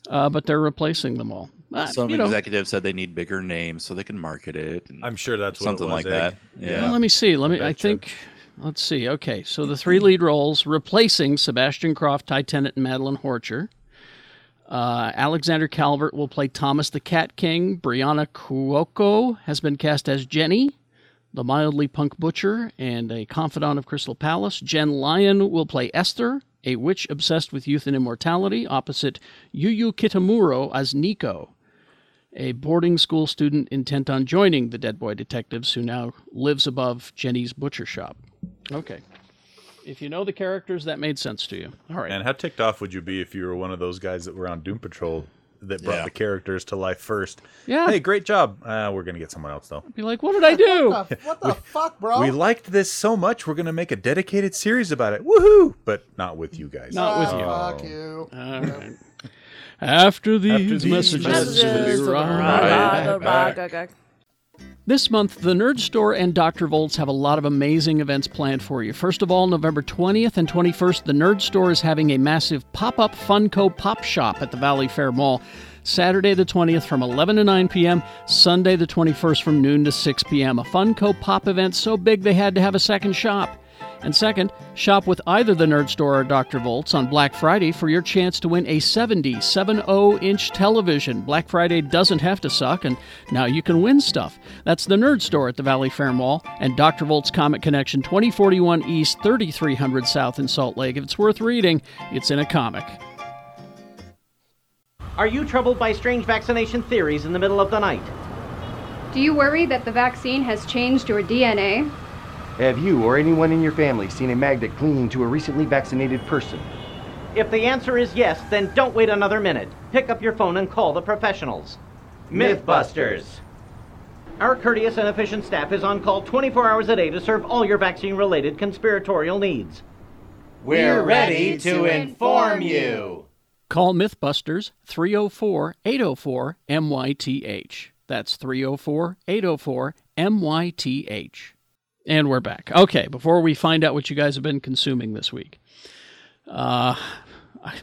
Speaker 2: uh, but they're replacing them all. Uh,
Speaker 6: Some
Speaker 2: you know,
Speaker 6: executive said they need bigger names so they can market it. and
Speaker 3: I'm sure that's what it
Speaker 6: something
Speaker 3: was,
Speaker 6: like
Speaker 3: Egg.
Speaker 6: that. Yeah.
Speaker 2: well, let me see. Let me. I think. Let's see. Okay, so the three lead roles replacing Sebastian Croft, Ty Tennant, and Madeline Horcher. Uh, Alexander Calvert will play Thomas the Cat King. Brianna Cuoco has been cast as Jenny, the mildly punk butcher and a confidant of Crystal Palace. Jen Lyon will play Esther, a witch obsessed with youth and immortality, opposite Yuyu Kitamuro as Nico, a boarding school student intent on joining the Dead Boy Detectives who now lives above Jenny's butcher shop. Okay. If you know the characters, that made sense to you. All right.
Speaker 3: And how ticked off would you be if you were one of those guys that were on Doom Patrol that brought
Speaker 2: Yeah.
Speaker 3: the characters to life first?
Speaker 2: Yeah.
Speaker 3: Hey, great job. Uh, we're gonna get someone else though.
Speaker 2: Be like, what did I do?
Speaker 5: what the fuck, bro?
Speaker 3: We liked this so much, we're gonna make a dedicated series about it. Woohoo! But not with you guys.
Speaker 2: Not with you.
Speaker 3: Oh.
Speaker 5: Fuck you.
Speaker 2: All right. After these, messages,
Speaker 4: messages,
Speaker 2: we'll be right
Speaker 4: Right
Speaker 2: back.
Speaker 4: back.
Speaker 2: This month, the Nerd Store and Dr. Volts have a lot of amazing events planned for you. First of all, November 20th and 21st, the Nerd Store is having a massive pop up Funko Pop Shop at the Valley Fair Mall. Saturday the 20th from 11 to 9 p.m., Sunday the 21st from noon to 6 p.m. A Funko Pop event so big they had to have a second shop. And second, shop with either the Nerd Store or Dr. Volts on Black Friday for your chance to win a 70 70 inch television. Black Friday doesn't have to suck, and now you can win stuff. That's the Nerd Store at the Valley Fair Mall and Dr. Volts Comic Connection 2041 East, 3300 South in Salt Lake. If it's worth reading, it's in a comic.
Speaker 16: Are you troubled by strange vaccination theories in the middle of the night?
Speaker 17: Do you worry that the vaccine has changed your DNA?
Speaker 18: Have you or anyone in your family seen a magnet clinging to a recently vaccinated person?
Speaker 16: If the answer is yes, then don't wait another minute. pick up your phone and call the professionals. Mythbusters. Our courteous and efficient staff is on call 24 hours a day to serve all your vaccine related conspiratorial needs.
Speaker 19: We're ready to inform you.
Speaker 2: Call Mythbusters 304 804 MYTH. That's 304 804 MYTH. And we're back. Okay, before we find out what you guys have been consuming this week, uh, I-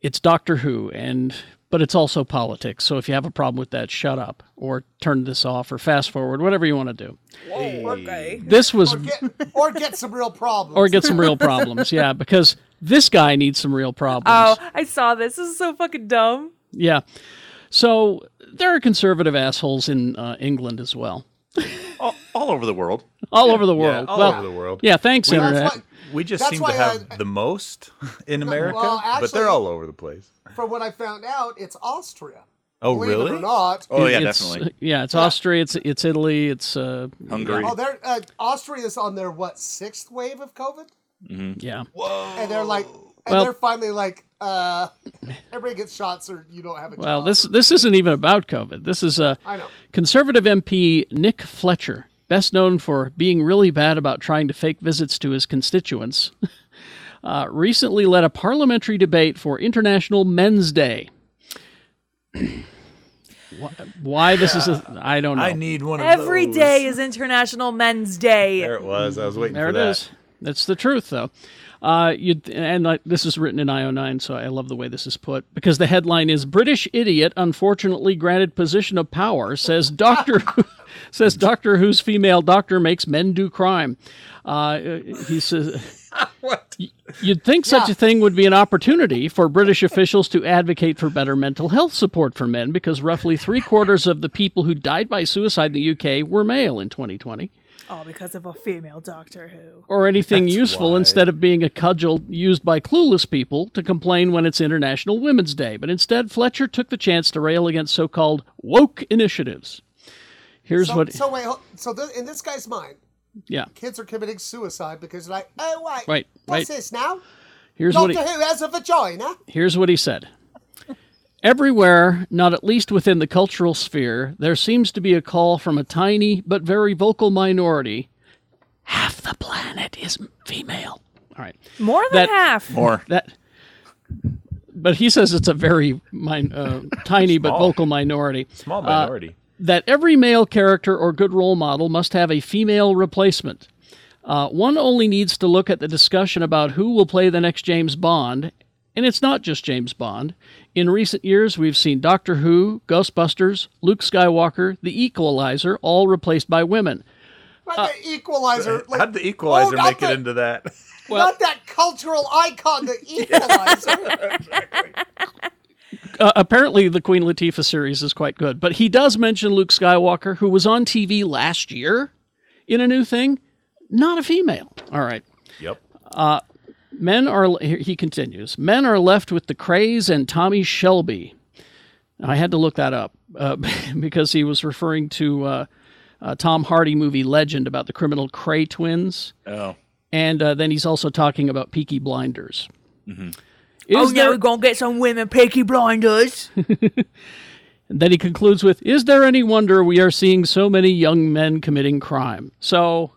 Speaker 2: it's Doctor Who, and but it's also politics. So if you have a problem with that, shut up or turn this off or fast forward, whatever you want to do.
Speaker 5: okay.
Speaker 2: This was-
Speaker 5: or get, or get some real problems,
Speaker 2: Or get some real problems. Yeah, because this guy needs some real problems.
Speaker 4: Oh, I saw this. This is so fucking dumb.
Speaker 2: Yeah. So there are conservative assholes in uh, England as well.
Speaker 6: All, all over the world.
Speaker 2: All over the world.
Speaker 3: all
Speaker 2: Well,
Speaker 3: over the world.
Speaker 2: Yeah, thanks,
Speaker 3: We-
Speaker 2: Internet.
Speaker 3: we just
Speaker 5: that's
Speaker 3: seem
Speaker 5: why
Speaker 3: to have the most in America, but
Speaker 5: actually-
Speaker 3: they're all over the place.
Speaker 5: From what I found out, it's Austria.
Speaker 3: Oh,
Speaker 5: Believe
Speaker 3: really?
Speaker 5: It or not.
Speaker 3: Oh,
Speaker 2: It's- Oh, Yeah, it's Austria, it's it's Italy, it's uh,
Speaker 3: Um,
Speaker 5: Oh, they're uh, Austria is on their what sixth wave of COVID,
Speaker 2: Yeah.
Speaker 5: and they're like, and
Speaker 2: Well-
Speaker 5: they're finally like, uh, everybody gets shots or you don't have a
Speaker 2: Well,
Speaker 5: job.
Speaker 2: this this isn't even about COVID. This is a
Speaker 5: I know.
Speaker 2: conservative MP Nick Fletcher, best known for being really bad about trying to fake visits to his constituents, uh, recently led a parliamentary debate for International Men's Day. Why- Why this is a I don't know.
Speaker 3: I need one
Speaker 4: Every day is International Men's Day. There
Speaker 3: it was. I was waiting
Speaker 2: There
Speaker 3: for
Speaker 2: it
Speaker 3: that.
Speaker 2: is. That's the truth, though. Uh, you and like, this is written in IO9, so I love the way this is put because the headline is "British idiot unfortunately granted position of power says Doctor Who- says Doctor Who's female doctor makes men do crime." Uh, he says. Y- You'd think such a thing would be an opportunity for British officials to advocate for better mental health support for men because roughly three quarters of the people who died by suicide in the UK were male in 2020
Speaker 4: All because of a female Doctor Who.
Speaker 2: or anything useful instead of being a cudgel used by clueless people to complain when it's International Women's Day. But instead, Fletcher took the chance to rail against so called woke initiatives. Here's
Speaker 5: so,
Speaker 2: what.
Speaker 5: So wait, hol- so th- in this guy's mind,
Speaker 2: yeah.
Speaker 5: kids are committing suicide because they're like, oh wait,
Speaker 2: Wait,
Speaker 5: what's
Speaker 2: wait.
Speaker 5: this now?
Speaker 2: Here's what
Speaker 5: Doctor
Speaker 2: he-
Speaker 5: Who has a vagina.
Speaker 2: Here's what he said. Everywhere, not at least within the cultural sphere, there seems to be a call from a tiny but very vocal minority. Half the planet is female. All right.
Speaker 4: More than half.
Speaker 2: That. But he says it's a very min- uh, tiny but
Speaker 3: Small.
Speaker 2: vocal minority.
Speaker 3: Small
Speaker 2: Uh,
Speaker 3: minority.
Speaker 2: that every male character or good role model must have a female replacement. Uh, one only needs to look at the discussion about who will play the next James Bond, and it's not just James Bond. In recent years, we've seen Doctor Who, Ghostbusters, Luke Skywalker, The Equalizer, all replaced by women.
Speaker 5: But
Speaker 2: Uh,
Speaker 5: the equalizer, like,
Speaker 3: How'd the equalizer
Speaker 5: oh, not
Speaker 3: make
Speaker 5: the-
Speaker 3: it into that?
Speaker 5: not that cultural icon, the equalizer.
Speaker 2: Uh, apparently, the Queen Latifah series is quite good, but he does mention Luke Skywalker, who was on TV last year in a new thing, not a female. All right.
Speaker 3: Yep.
Speaker 2: Uh, men are, here- he continues, men are left with the craze and Tommy Shelby. I had to look that up uh, because he was referring to uh, a Tom Hardy movie legend about the criminal Cray twins.
Speaker 6: Oh.
Speaker 2: And uh, then he's also talking about Peaky Blinders. Is
Speaker 4: oh, now
Speaker 2: there-
Speaker 4: we're going to get some women picky blinders.
Speaker 2: And then he concludes with Is there any wonder we are seeing so many young men committing crime? So,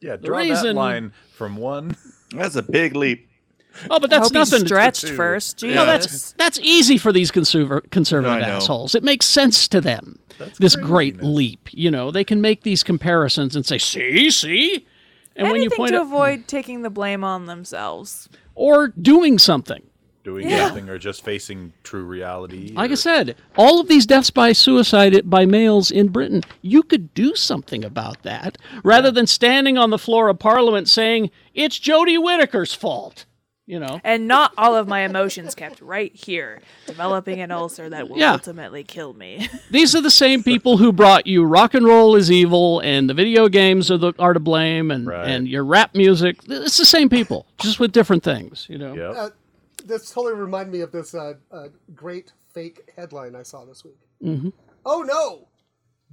Speaker 3: Yeah,
Speaker 2: The
Speaker 3: draw that
Speaker 2: reason-
Speaker 3: line from one.
Speaker 6: That's a big leap.
Speaker 2: oh, but that's
Speaker 4: hope he's
Speaker 2: nothing.
Speaker 4: stretched Two. first.
Speaker 2: No, that's,
Speaker 4: Jesus.
Speaker 2: that's easy for these conserva- conservative
Speaker 6: No, I know.
Speaker 2: assholes. It makes sense to them. this great leap. You know, they can make these comparisons and say, See, see? And
Speaker 4: Anything
Speaker 2: when you point
Speaker 4: to
Speaker 2: out-
Speaker 4: avoid taking the blame on themselves.
Speaker 2: or doing something.
Speaker 3: Doing
Speaker 4: Yeah.
Speaker 3: nothing or just facing true reality.
Speaker 2: Like I said, all of these deaths by suicide by males in Britain, you could do something about that rather than standing on the floor of Parliament saying it's Jodie Whittaker's fault. You know,
Speaker 4: and not all of my emotions kept right here, developing an ulcer that will
Speaker 2: Yeah.
Speaker 4: ultimately kill me.
Speaker 2: These are the same people who brought you rock and roll is evil and the video games are, the, are to blame and, and your rap music. It's the same people, just with different things. You know.
Speaker 5: Uh, this totally reminded me of this uh, uh, great fake headline I saw this week.
Speaker 2: Mhm.
Speaker 5: Oh no!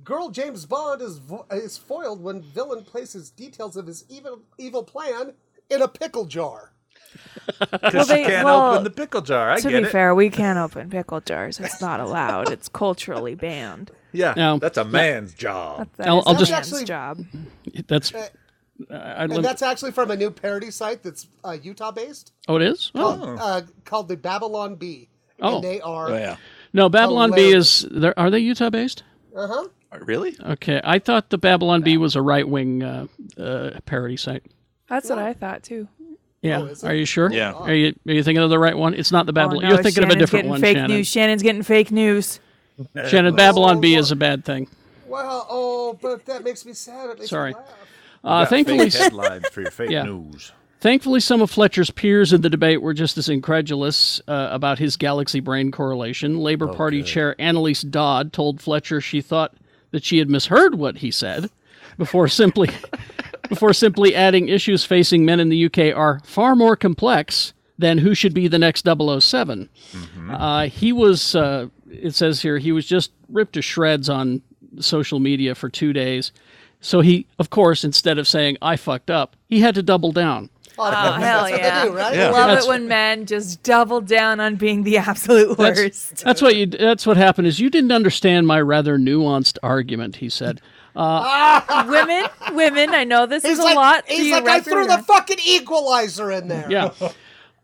Speaker 5: Girl James Bond is vo- is foiled when villain places details of his evil evil plan in a pickle jar.
Speaker 4: Well,
Speaker 3: Because
Speaker 4: they-
Speaker 3: you can't
Speaker 4: well,
Speaker 3: open the pickle jar. I
Speaker 4: to
Speaker 3: get
Speaker 4: be
Speaker 3: it.
Speaker 4: fair, we can't open pickle jars. It's not allowed. It's culturally banned.
Speaker 3: Yeah,
Speaker 2: No.
Speaker 3: that's a man's job.
Speaker 4: That's, that
Speaker 2: I'll-
Speaker 4: is
Speaker 2: I'll
Speaker 4: a
Speaker 2: just-
Speaker 4: man's
Speaker 5: Actually-
Speaker 4: job.
Speaker 2: That's.
Speaker 5: Uh,
Speaker 2: I, I
Speaker 5: and that's actually from a new parody site that's uh, Utah based
Speaker 2: oh, it is.
Speaker 5: called,
Speaker 2: Oh.
Speaker 5: uh, called the Babylon Bee.
Speaker 2: Oh.
Speaker 5: And they are.
Speaker 2: No, Babylon
Speaker 5: Oh,
Speaker 2: B is. There, are they Utah based?
Speaker 5: Uh huh.
Speaker 6: Oh, Really?
Speaker 2: Okay, I thought the Babylon B was a right wing uh, uh, parody site.
Speaker 4: That's what I thought too.
Speaker 2: Yeah.
Speaker 4: Oh, is
Speaker 2: are
Speaker 4: it?
Speaker 2: you sure?
Speaker 4: Yeah.
Speaker 2: Are you Are you thinking of the right one? It's not the Babylon.
Speaker 4: Oh, no,
Speaker 2: You're thinking of a
Speaker 4: Shannon's
Speaker 2: different
Speaker 4: getting
Speaker 2: one,
Speaker 4: fake
Speaker 2: Shannon.
Speaker 4: news. Shannon's getting fake news.
Speaker 2: Shannon, Babylon B is a bad thing.
Speaker 5: Well, oh, but that makes me sad. At least
Speaker 2: Sorry.
Speaker 5: I laugh.
Speaker 2: Uh,
Speaker 3: got
Speaker 2: thankfully,
Speaker 3: fake headlines for your fake news.
Speaker 2: Thankfully, some of Fletcher's peers in the debate were just as incredulous uh, about his galaxy brain correlation. Labor Party Chair Annalise Dodd told Fletcher she thought that she had misheard what he said before simply before simply adding issues facing men in the UK are far more complex than who should be the next 7 Uh, he was, uh, it says here, he was just ripped to shreds on social media for two days. So he, of course, instead of saying, I fucked up, he had to double down.
Speaker 4: Oh, hell
Speaker 5: That's what they
Speaker 4: yeah.
Speaker 5: do, right?
Speaker 2: Yeah.
Speaker 4: Love
Speaker 2: That's-
Speaker 4: it when men just double down on being the absolute
Speaker 2: That's-
Speaker 4: worst.
Speaker 2: That's what you. That's what happened. Is you didn't understand my rather nuanced argument. He said. Uh,
Speaker 4: women, women, I know this
Speaker 5: He's
Speaker 4: is a
Speaker 5: like,
Speaker 4: lot. to
Speaker 5: he's
Speaker 4: you
Speaker 5: like I
Speaker 4: right through
Speaker 5: threw the fucking equalizer in there.
Speaker 2: yeah,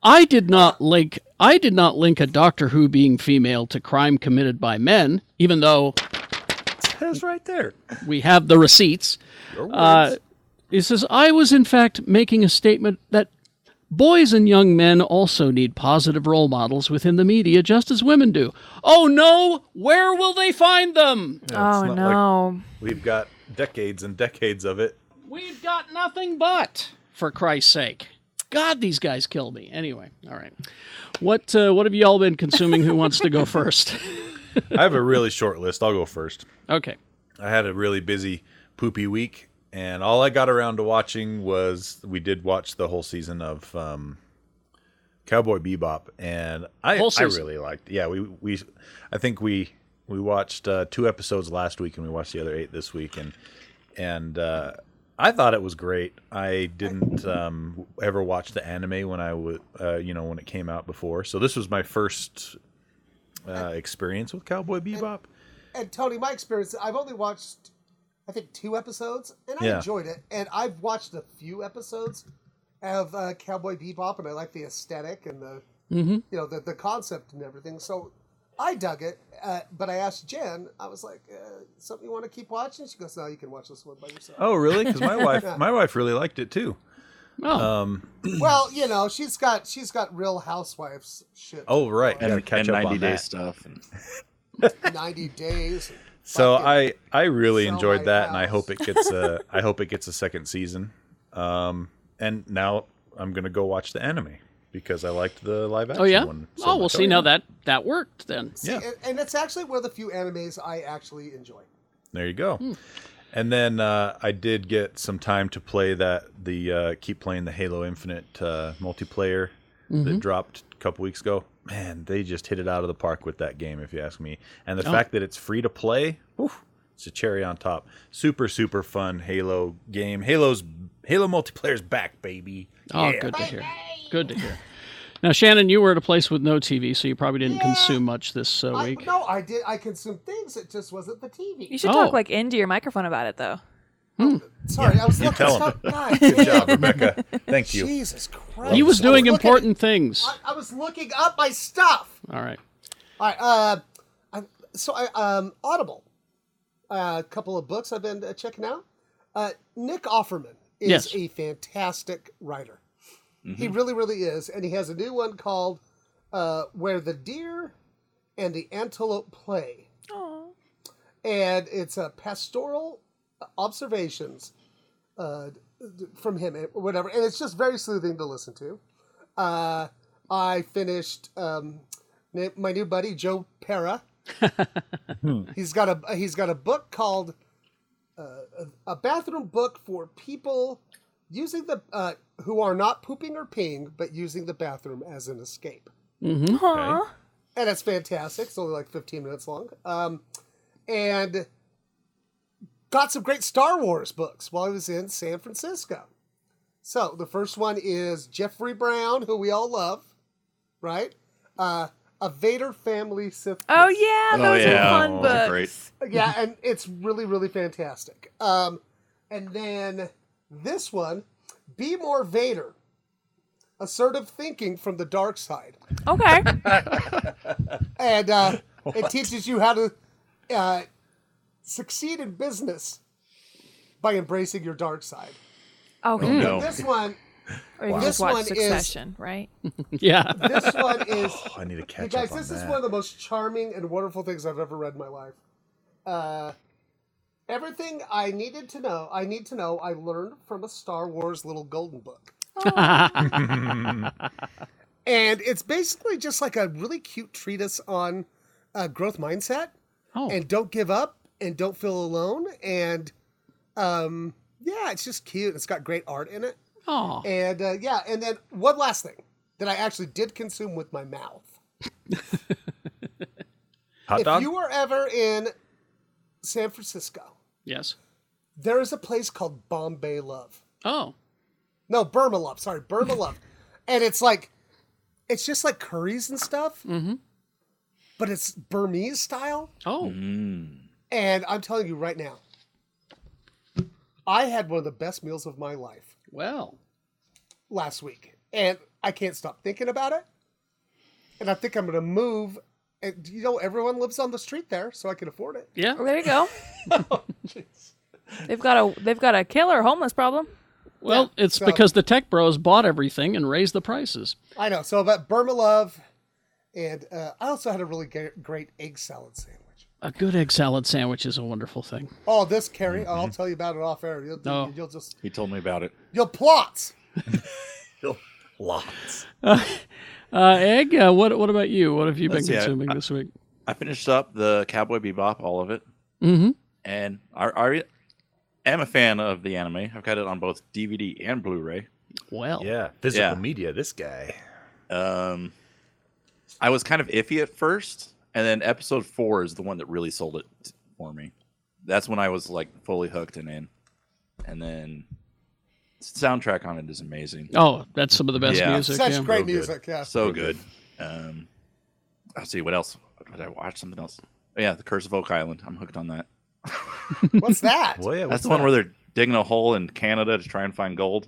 Speaker 2: I did not link. I did not link a Doctor Who being female to crime committed by men, even though
Speaker 3: That's right there.
Speaker 2: we have the receipts. Uh, he says, I was in fact making a statement that boys and young men also need positive role models within the media, just as women do. Oh no, where will they find them?
Speaker 4: Oh,
Speaker 3: It's not like we've got decades and decades of it.
Speaker 2: We've got nothing but, for Christ's sake. God, these guys kill me. Anyway, all right. What uh, what have y'all been consuming? Who wants to go first?
Speaker 3: I have a really short list. I'll go first.
Speaker 2: Okay.
Speaker 3: I had a really busy poopy week, and all I got around to watching was we did watch the whole season of um, Cowboy Bebop, and I
Speaker 2: Whole
Speaker 3: I
Speaker 2: season.
Speaker 3: really liked. Yeah, we we I think we we watched uh, two episodes last week, and we watched the other eight this week, and and uh, I thought it was great. I didn't um, ever watch the anime when I was uh, you know when it came out before, so this was my first uh, experience with Cowboy Bebop.
Speaker 5: And Tony, my experience, I've only watched, I think, two episodes, and I
Speaker 3: Yeah.
Speaker 5: enjoyed it. And I've watched a few episodes of uh, Cowboy Bebop, and I like the aesthetic and the,
Speaker 2: Mhm.
Speaker 5: you know, the, the concept and everything. So I dug it. Uh, but I asked Jen, I was like, uh, something you want to keep watching? She goes, no, you can watch this one by yourself.
Speaker 3: Oh, really? Because my wife,
Speaker 5: Yeah.
Speaker 3: my wife really liked it too.
Speaker 2: Oh.
Speaker 3: Um,
Speaker 5: well, you know, she's got she's got Real Housewives shit.
Speaker 3: oh, right.
Speaker 6: And-
Speaker 3: Gotta catch
Speaker 6: and
Speaker 3: up on
Speaker 6: 90 day
Speaker 3: that.
Speaker 6: stuff and-
Speaker 5: Ninety days.
Speaker 3: So I, I really
Speaker 5: sell my
Speaker 3: enjoyed that, and I hope it gets a, I hope it gets a second season. Um, and now I'm gonna go watch the anime because I liked the live action
Speaker 2: Oh yeah.
Speaker 3: one. so
Speaker 2: Oh, we'll
Speaker 3: much.
Speaker 2: see now that that worked then.
Speaker 5: See, and, and it's actually one of the few animes I actually enjoy.
Speaker 3: There you go.
Speaker 5: Hmm.
Speaker 3: And then uh, I did get some time to play that the uh, keep playing the Halo Infinite uh, multiplayer that
Speaker 5: Mm-hmm.
Speaker 2: Mhm.
Speaker 3: dropped a couple weeks ago. Man, they just hit it out of the park with that game, if you ask me. And the
Speaker 2: Oh.
Speaker 3: fact that it's free to play, whew, it's a cherry on top. Super super fun Halo game. Halo's Halo multiplayer's back, baby.
Speaker 2: Oh,
Speaker 3: Yeah.
Speaker 2: good to hear. Good to hear. Now, Shannon, you were at a place with no TV, so you probably didn't consume much this uh,
Speaker 5: I,
Speaker 2: week.
Speaker 5: no, I did. I consumed things. It just wasn't the TV.
Speaker 4: You should talk like into your microphone about it though.
Speaker 5: Oh, Sorry, I was
Speaker 3: You
Speaker 5: looking.
Speaker 3: tell
Speaker 5: stop-
Speaker 3: 'em.
Speaker 5: God
Speaker 3: Good
Speaker 5: damn.
Speaker 3: job, Rebecca. Thank you.
Speaker 5: Jesus Christ!
Speaker 2: He was
Speaker 5: I
Speaker 2: doing
Speaker 5: looking-
Speaker 2: important things.
Speaker 5: I, I was looking up my stuff.
Speaker 2: All right.
Speaker 5: All right. Uh, I, so I um Audible, a couple of books I've been uh, checking out. Uh, Nick Offerman is
Speaker 2: Yes.
Speaker 5: a fantastic writer. He really, really is, and he has a new one called uh, "Where the Deer and the Antelope Play." and it's a pastoral observations uh, from him, and whatever. And it's just very soothing to listen to. Uh, I finished um, na- my new buddy Joe Para. he's got a he's got a book called uh, a bathroom book for people using the uh, who are not pooping or peeing, but using the bathroom as an escape
Speaker 2: Mm-hmm.
Speaker 5: and it's fantastic. It's only like 15 minutes long. Um, and got some great Star Wars books while I was in San Francisco. So the first one is Jeffrey Brown, who we all love, right? Uh, a Vader family Sith.
Speaker 4: Oh
Speaker 5: book.
Speaker 4: yeah, those were fun books.
Speaker 5: Yeah, and it's really, really fantastic. Um, and then this one, Be More Vader, Assertive Thinking from the Dark Side.
Speaker 4: Okay.
Speaker 5: and uh, it
Speaker 4: What?
Speaker 5: teaches you how to uh, succeed in business by embracing your dark side.
Speaker 4: Okay.
Speaker 5: And
Speaker 4: no.
Speaker 5: This one,
Speaker 4: Oh, hmm. Or you can
Speaker 5: this
Speaker 4: just watch
Speaker 5: one is
Speaker 4: Succession, right?
Speaker 2: yeah.
Speaker 5: this one is.
Speaker 3: Oh, I need to catch
Speaker 5: you guys,
Speaker 3: up on
Speaker 5: this is
Speaker 3: that.
Speaker 5: one of the most charming and wonderful things I've ever read in my life. Uh, everything I needed to know, I need to know, I learned from a Star Wars little golden book. and it's basically just like a really cute treatise on uh, growth mindset
Speaker 3: Oh.
Speaker 2: Oh.
Speaker 5: and don't give up and don't feel alone and um, yeah it's just cute it's got great art in it
Speaker 2: Aw.
Speaker 5: and uh, yeah and then one last thing that i actually did consume with my mouth
Speaker 3: Hot
Speaker 5: if
Speaker 3: dog.
Speaker 5: you were ever in san francisco
Speaker 2: yes.
Speaker 5: there is a place called bombay love
Speaker 2: oh
Speaker 5: no burma love sorry burma love and it's like it's just like curries and stuff
Speaker 2: mm-hmm.
Speaker 5: but it's burmese style
Speaker 2: Oh.
Speaker 5: And I'm telling you right now, I had one of the best meals of my life.
Speaker 2: Well,
Speaker 5: last week, and I can't stop thinking about it. And I think I'm going to move. And you know, everyone lives on the street there, so I can afford it.
Speaker 2: Yeah.
Speaker 4: Well, there you go.
Speaker 5: Oh,
Speaker 4: they've got a they've got a killer homeless problem.
Speaker 2: Well, it's
Speaker 5: so-
Speaker 2: because the tech bros bought everything and raised the prices.
Speaker 5: I know. So about Burma Love, and uh, I also had a really ge- great egg salad sandwich.
Speaker 2: A good egg salad sandwich is a wonderful thing.
Speaker 5: Oh, this Carrie, I'll
Speaker 6: Mm-hmm.
Speaker 5: tell you about it off air. You'll,
Speaker 2: No.
Speaker 5: you'll just
Speaker 6: He told me about it.
Speaker 5: you'll plot.
Speaker 6: Lots.
Speaker 2: Uh, uh, egg, uh, what what about you? What have you been
Speaker 6: Let's see, I-
Speaker 2: consuming
Speaker 6: I-
Speaker 2: this week?
Speaker 6: I finished up the Cowboy Bebop, all of it,
Speaker 2: Mm-hmm.
Speaker 6: and I, I am a fan of the anime. I've got it on both DVD and Blu-ray.
Speaker 2: Well,
Speaker 6: yeah,
Speaker 3: physical
Speaker 6: media. This guy. Um, I was kind of iffy at first, and then episode four is the one that really sold it for me. That's when I was like fully hooked and in. And then soundtrack on it is amazing.
Speaker 2: Oh, that's some of the best
Speaker 6: Yeah.
Speaker 2: music. yeah.
Speaker 5: great music, yeah.
Speaker 6: So good. Um, I'll see what else. Did I watch something else? Oh, yeah, The Curse of Oak Island. I'm hooked on that.
Speaker 5: What's that?
Speaker 3: Well, yeah,
Speaker 6: That's the one where they're digging a hole in Canada to try and find gold.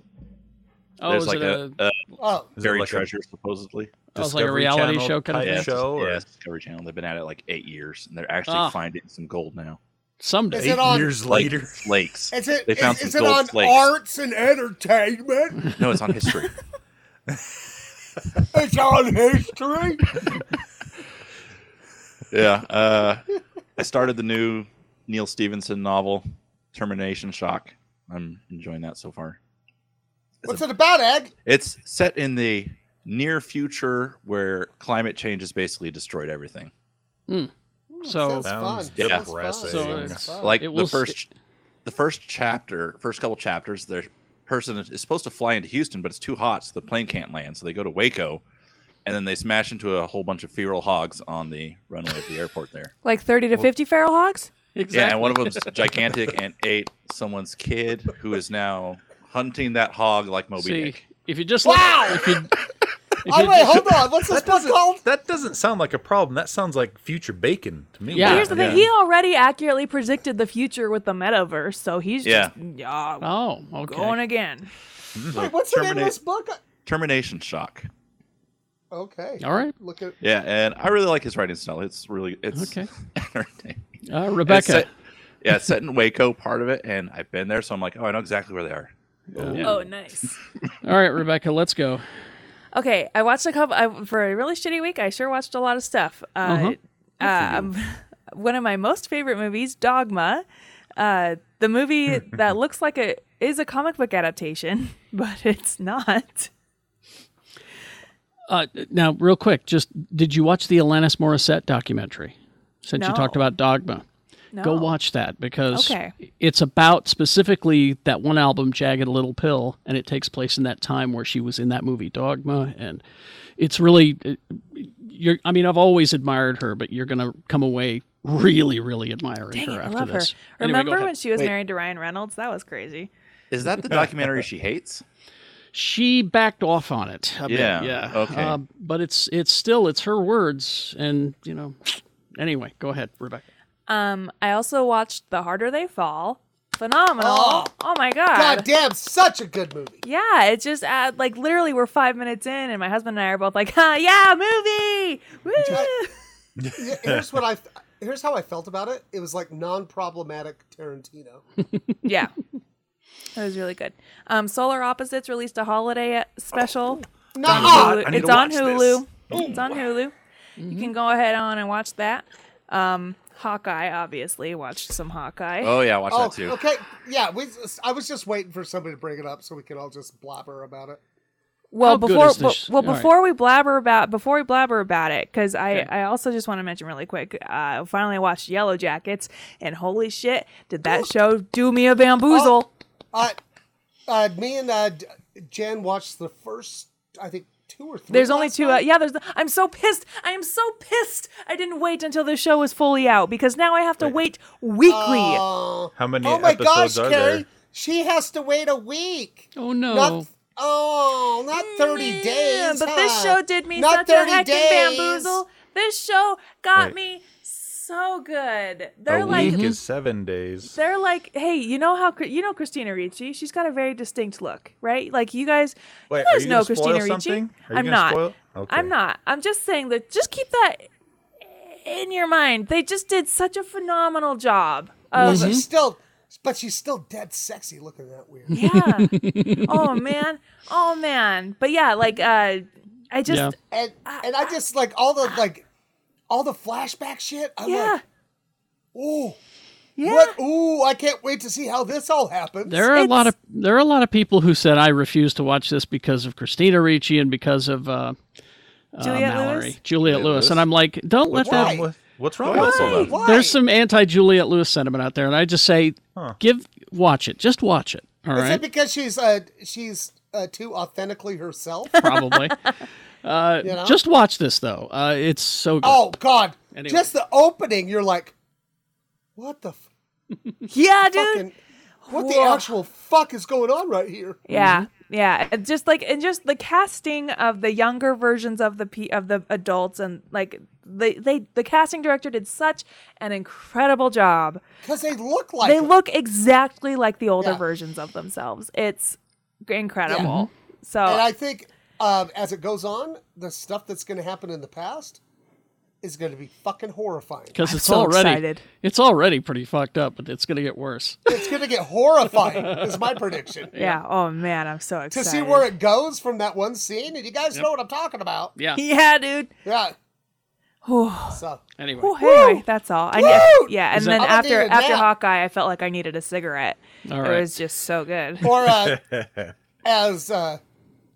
Speaker 2: Oh,
Speaker 6: There's
Speaker 2: is
Speaker 6: like
Speaker 2: it
Speaker 6: a,
Speaker 2: a-
Speaker 6: a
Speaker 5: Oh.
Speaker 3: Is it
Speaker 6: buried
Speaker 3: like a-
Speaker 6: treasure, supposedly.
Speaker 2: Oh, it's like a Discovery reality Channel show kind of
Speaker 6: Yeah,
Speaker 2: thing?
Speaker 6: it's-
Speaker 2: show, or-
Speaker 6: yeah, it's Discovery Channel. They've been at it like eight years, and they're actually
Speaker 2: Ah.
Speaker 6: finding some gold now.
Speaker 2: Someday.
Speaker 5: Is it Eight on- years
Speaker 6: Like,
Speaker 5: later?
Speaker 6: lakes.
Speaker 5: Is it,
Speaker 6: They found
Speaker 5: is, is
Speaker 6: some
Speaker 5: it
Speaker 6: gold
Speaker 5: on
Speaker 6: flakes.
Speaker 5: arts and entertainment?
Speaker 6: No, it's on history.
Speaker 5: it's on history.
Speaker 6: yeah. Uh, I started the new Neil Stevenson novel, Termination Shock. I'm enjoying that so far.
Speaker 5: What's it about, Egg?
Speaker 6: It's set in the near future where climate change has basically destroyed everything.
Speaker 2: Hmm. So
Speaker 5: sounds fun.
Speaker 6: Yeah.
Speaker 5: Sounds
Speaker 2: So
Speaker 5: fun.
Speaker 2: it's-
Speaker 5: Sounds fun.
Speaker 6: like
Speaker 2: Oh, It
Speaker 6: the
Speaker 2: will
Speaker 6: first the first chapter first couple chapters the person is supposed to fly into houston but it's too hot so the plane can't land so they go to waco and then they smash into a whole bunch of feral hogs on the runway of the airport there
Speaker 4: Like thirty to fifty feral hogs.
Speaker 6: yeah and one of them's gigantic and ate someone's kid who is now hunting that hog like moby
Speaker 2: See,
Speaker 6: dick
Speaker 2: if you just wow, if you,
Speaker 5: All right, hold on. What's this book called?
Speaker 3: That doesn't sound like a problem. That sounds like future bacon to me.
Speaker 4: But here's the thing. He already accurately predicted the future with the metaverse, so he's
Speaker 6: Yeah.
Speaker 4: just yeah.
Speaker 2: Oh, okay.
Speaker 4: Going again.
Speaker 6: So
Speaker 5: Wait, what's the name of
Speaker 6: terminate-
Speaker 5: this book?
Speaker 6: termination shock
Speaker 5: Okay.
Speaker 2: All right.
Speaker 5: Look at
Speaker 6: yeah and i really like his writing style it's really it's okay
Speaker 2: Uh,
Speaker 6: It's
Speaker 2: Rebecca.
Speaker 6: set- yeah, it's set in Waco, part of it, and I've been there, so I'm like, oh, I know exactly where they are. Yeah.
Speaker 4: Oh, nice.
Speaker 2: All right, Rebecca, let's go.
Speaker 4: Okay, I watched a couple I, for a really shitty week. I sure watched a lot of stuff.
Speaker 2: Uh-huh.
Speaker 4: Uh, um, one of my most favorite movies, Dogma, uh, the movie that looks like a is a comic book adaptation, but it's not.
Speaker 2: Uh, now, real quick, just did you watch the Alanis Morissette documentary? Since you
Speaker 4: No.
Speaker 2: talked about Dogma, go
Speaker 4: No.
Speaker 2: watch that because
Speaker 4: Oh. Okay.
Speaker 2: it's about specifically that one album, Jagged Little Pill, and it takes place in that time where she was in that movie Dogma, and it's really, uh, you're. I mean, I've always admired her, but you're gonna come away really, really admiring
Speaker 4: Dang
Speaker 2: her
Speaker 4: it, I
Speaker 2: after
Speaker 4: love her.
Speaker 2: this. Anyway, go
Speaker 4: Remember
Speaker 2: ahead.
Speaker 4: when she was
Speaker 6: Wait.
Speaker 4: married to Ryan Reynolds? That was crazy.
Speaker 6: Is that the documentary she hates?
Speaker 2: she backed off on it. a bit,
Speaker 6: Yeah,
Speaker 2: yeah.
Speaker 6: okay.
Speaker 2: Uh, but it's it's still it's her words, and you know. Anyway, go ahead, Rebecca.
Speaker 4: Um, I also watched The Harder They Fall. Phenomenal. Oh, my god.
Speaker 5: God damn, such a good movie.
Speaker 4: Yeah, it just uh, like literally we're five minutes in, and my husband and I are both like, ah, yeah, movie. Woo!
Speaker 5: Yeah, here's what I here's how I felt about it. It was like non-problematic Tarantino.
Speaker 4: yeah, it was really good. Um, Solar Opposites released a holiday uh, special.
Speaker 5: No,
Speaker 4: It's on
Speaker 5: Oh. Ah, I
Speaker 4: Hulu.
Speaker 5: need to
Speaker 4: it's on
Speaker 5: watch
Speaker 4: Hulu.
Speaker 5: this. Oh,
Speaker 4: It's on Hulu. You can go ahead on and watch that. Um, Hawkeye, obviously, watched some Hawkeye.
Speaker 6: Oh, yeah, I watched
Speaker 5: oh, okay. Yeah, we, I was just waiting for somebody to bring it up so we could all just blabber about it.
Speaker 4: Well,
Speaker 5: How good
Speaker 4: before
Speaker 5: is this?
Speaker 4: well,
Speaker 5: All
Speaker 4: well
Speaker 5: right.
Speaker 4: before we blabber about before we blabber about it, because I
Speaker 5: Okay.
Speaker 4: I also just want to mention really quick. Uh, finally watched Yellow Jackets, and holy shit, did that show do me a bamboozle?
Speaker 5: Uh, uh, me and uh, D- Jan watched the first, I think, two or three.
Speaker 4: There's only
Speaker 5: last
Speaker 4: two. Uh,
Speaker 5: night.
Speaker 4: yeah, there's. The, I'm so pissed. I am so pissed. I didn't wait until the show was fully out because now I have to wait weekly.
Speaker 5: Oh,
Speaker 3: How many
Speaker 5: oh my
Speaker 3: episodes
Speaker 5: gosh,
Speaker 3: are
Speaker 5: Carrie,
Speaker 3: there?
Speaker 5: she has to wait a week.
Speaker 2: Oh no.
Speaker 5: Not, oh, not thirty days.
Speaker 4: Mm, but this
Speaker 5: huh?
Speaker 4: show did me
Speaker 5: Not
Speaker 4: such a
Speaker 5: 30
Speaker 4: heckin'
Speaker 5: days.
Speaker 4: bamboozle. This show got
Speaker 3: Wait.
Speaker 4: me so good.
Speaker 3: A
Speaker 4: They're
Speaker 3: week
Speaker 4: like
Speaker 2: Mhm.
Speaker 3: is seven days.
Speaker 4: they're like, hey, you know how you know Christina Ricci? She's got a very distinct look, right? Like you guys,
Speaker 3: Wait,
Speaker 4: you
Speaker 3: are
Speaker 4: guys
Speaker 3: you
Speaker 4: know
Speaker 3: gonna spoil
Speaker 4: Christina Ricci.
Speaker 3: something? Are you
Speaker 4: I'm
Speaker 3: gonna
Speaker 4: not.
Speaker 3: spoil- Okay.
Speaker 4: I'm not. I'm just saying that. Just keep that in your mind. They just did such a phenomenal job. Oh,
Speaker 5: Well,
Speaker 4: Of,
Speaker 5: she's still, but she's still dead sexy looking that weird.
Speaker 4: Yeah. oh man. Oh man. But yeah, like uh, I just
Speaker 5: Yeah. and and I just like all the like all the flashback shit. I'm
Speaker 4: Yeah.
Speaker 5: like, ooh,
Speaker 4: yeah.
Speaker 5: What? Ooh, I can't wait to see how this all happens.
Speaker 2: There are a lot of there are a lot of people who said I refuse to watch this because of Christina Ricci and because of uh, uh,
Speaker 3: Juliette
Speaker 2: Mallory,
Speaker 3: Lewis?
Speaker 2: Juliette, Lewis. and I'm like, don't
Speaker 3: What's
Speaker 2: let
Speaker 3: wrong
Speaker 2: that.
Speaker 3: with- what's wrong with all that?
Speaker 2: There's some anti Juliette Lewis sentiment out there, and I just say, give watch it, just watch it. All
Speaker 5: Is
Speaker 2: right,
Speaker 5: it because she's uh she's uh, too authentically herself?
Speaker 2: probably. Uh,
Speaker 5: You know?
Speaker 2: Just watch this though. Uh, it's so good.
Speaker 5: oh God!
Speaker 2: Anyway.
Speaker 5: Just the opening, you're like, what the? F-
Speaker 4: yeah, dude.
Speaker 5: what the
Speaker 4: Whoa.
Speaker 5: actual fuck is going on right here?
Speaker 4: Yeah,
Speaker 5: Mm-hmm.
Speaker 4: yeah. And Just like and just the casting of the younger versions of the pe- of the adults and like they they the casting director did such an incredible job.
Speaker 5: Because they look like
Speaker 4: they
Speaker 5: them.
Speaker 4: look exactly like the older
Speaker 5: Yeah.
Speaker 4: versions of themselves. It's incredible. So
Speaker 5: Mm-hmm. and I think um, as it goes on, the stuff that's going to happen in the past is going to be fucking horrifying.
Speaker 2: Because it's
Speaker 4: so
Speaker 2: already
Speaker 4: excited.
Speaker 2: it's already pretty fucked up, but it's gonna get worse.
Speaker 5: It's going to get horrifying. is my prediction.
Speaker 4: yeah. Oh man, I'm so
Speaker 5: To
Speaker 4: excited
Speaker 5: see where it goes from that one scene, and you guys know what I'm talking about.
Speaker 2: Yeah.
Speaker 4: Yeah, dude.
Speaker 5: Yeah. So
Speaker 2: anyway,
Speaker 4: Whew, anyway, that's all. I
Speaker 5: Woo!
Speaker 4: yeah,
Speaker 5: Is
Speaker 4: and
Speaker 5: that-
Speaker 4: then
Speaker 5: I'm gonna
Speaker 4: after
Speaker 5: need a
Speaker 4: after
Speaker 5: nap.
Speaker 4: Hawkeye, I felt like I needed a cigarette.
Speaker 5: All
Speaker 4: It
Speaker 5: right.
Speaker 4: was just so good.
Speaker 5: Or, uh, as uh,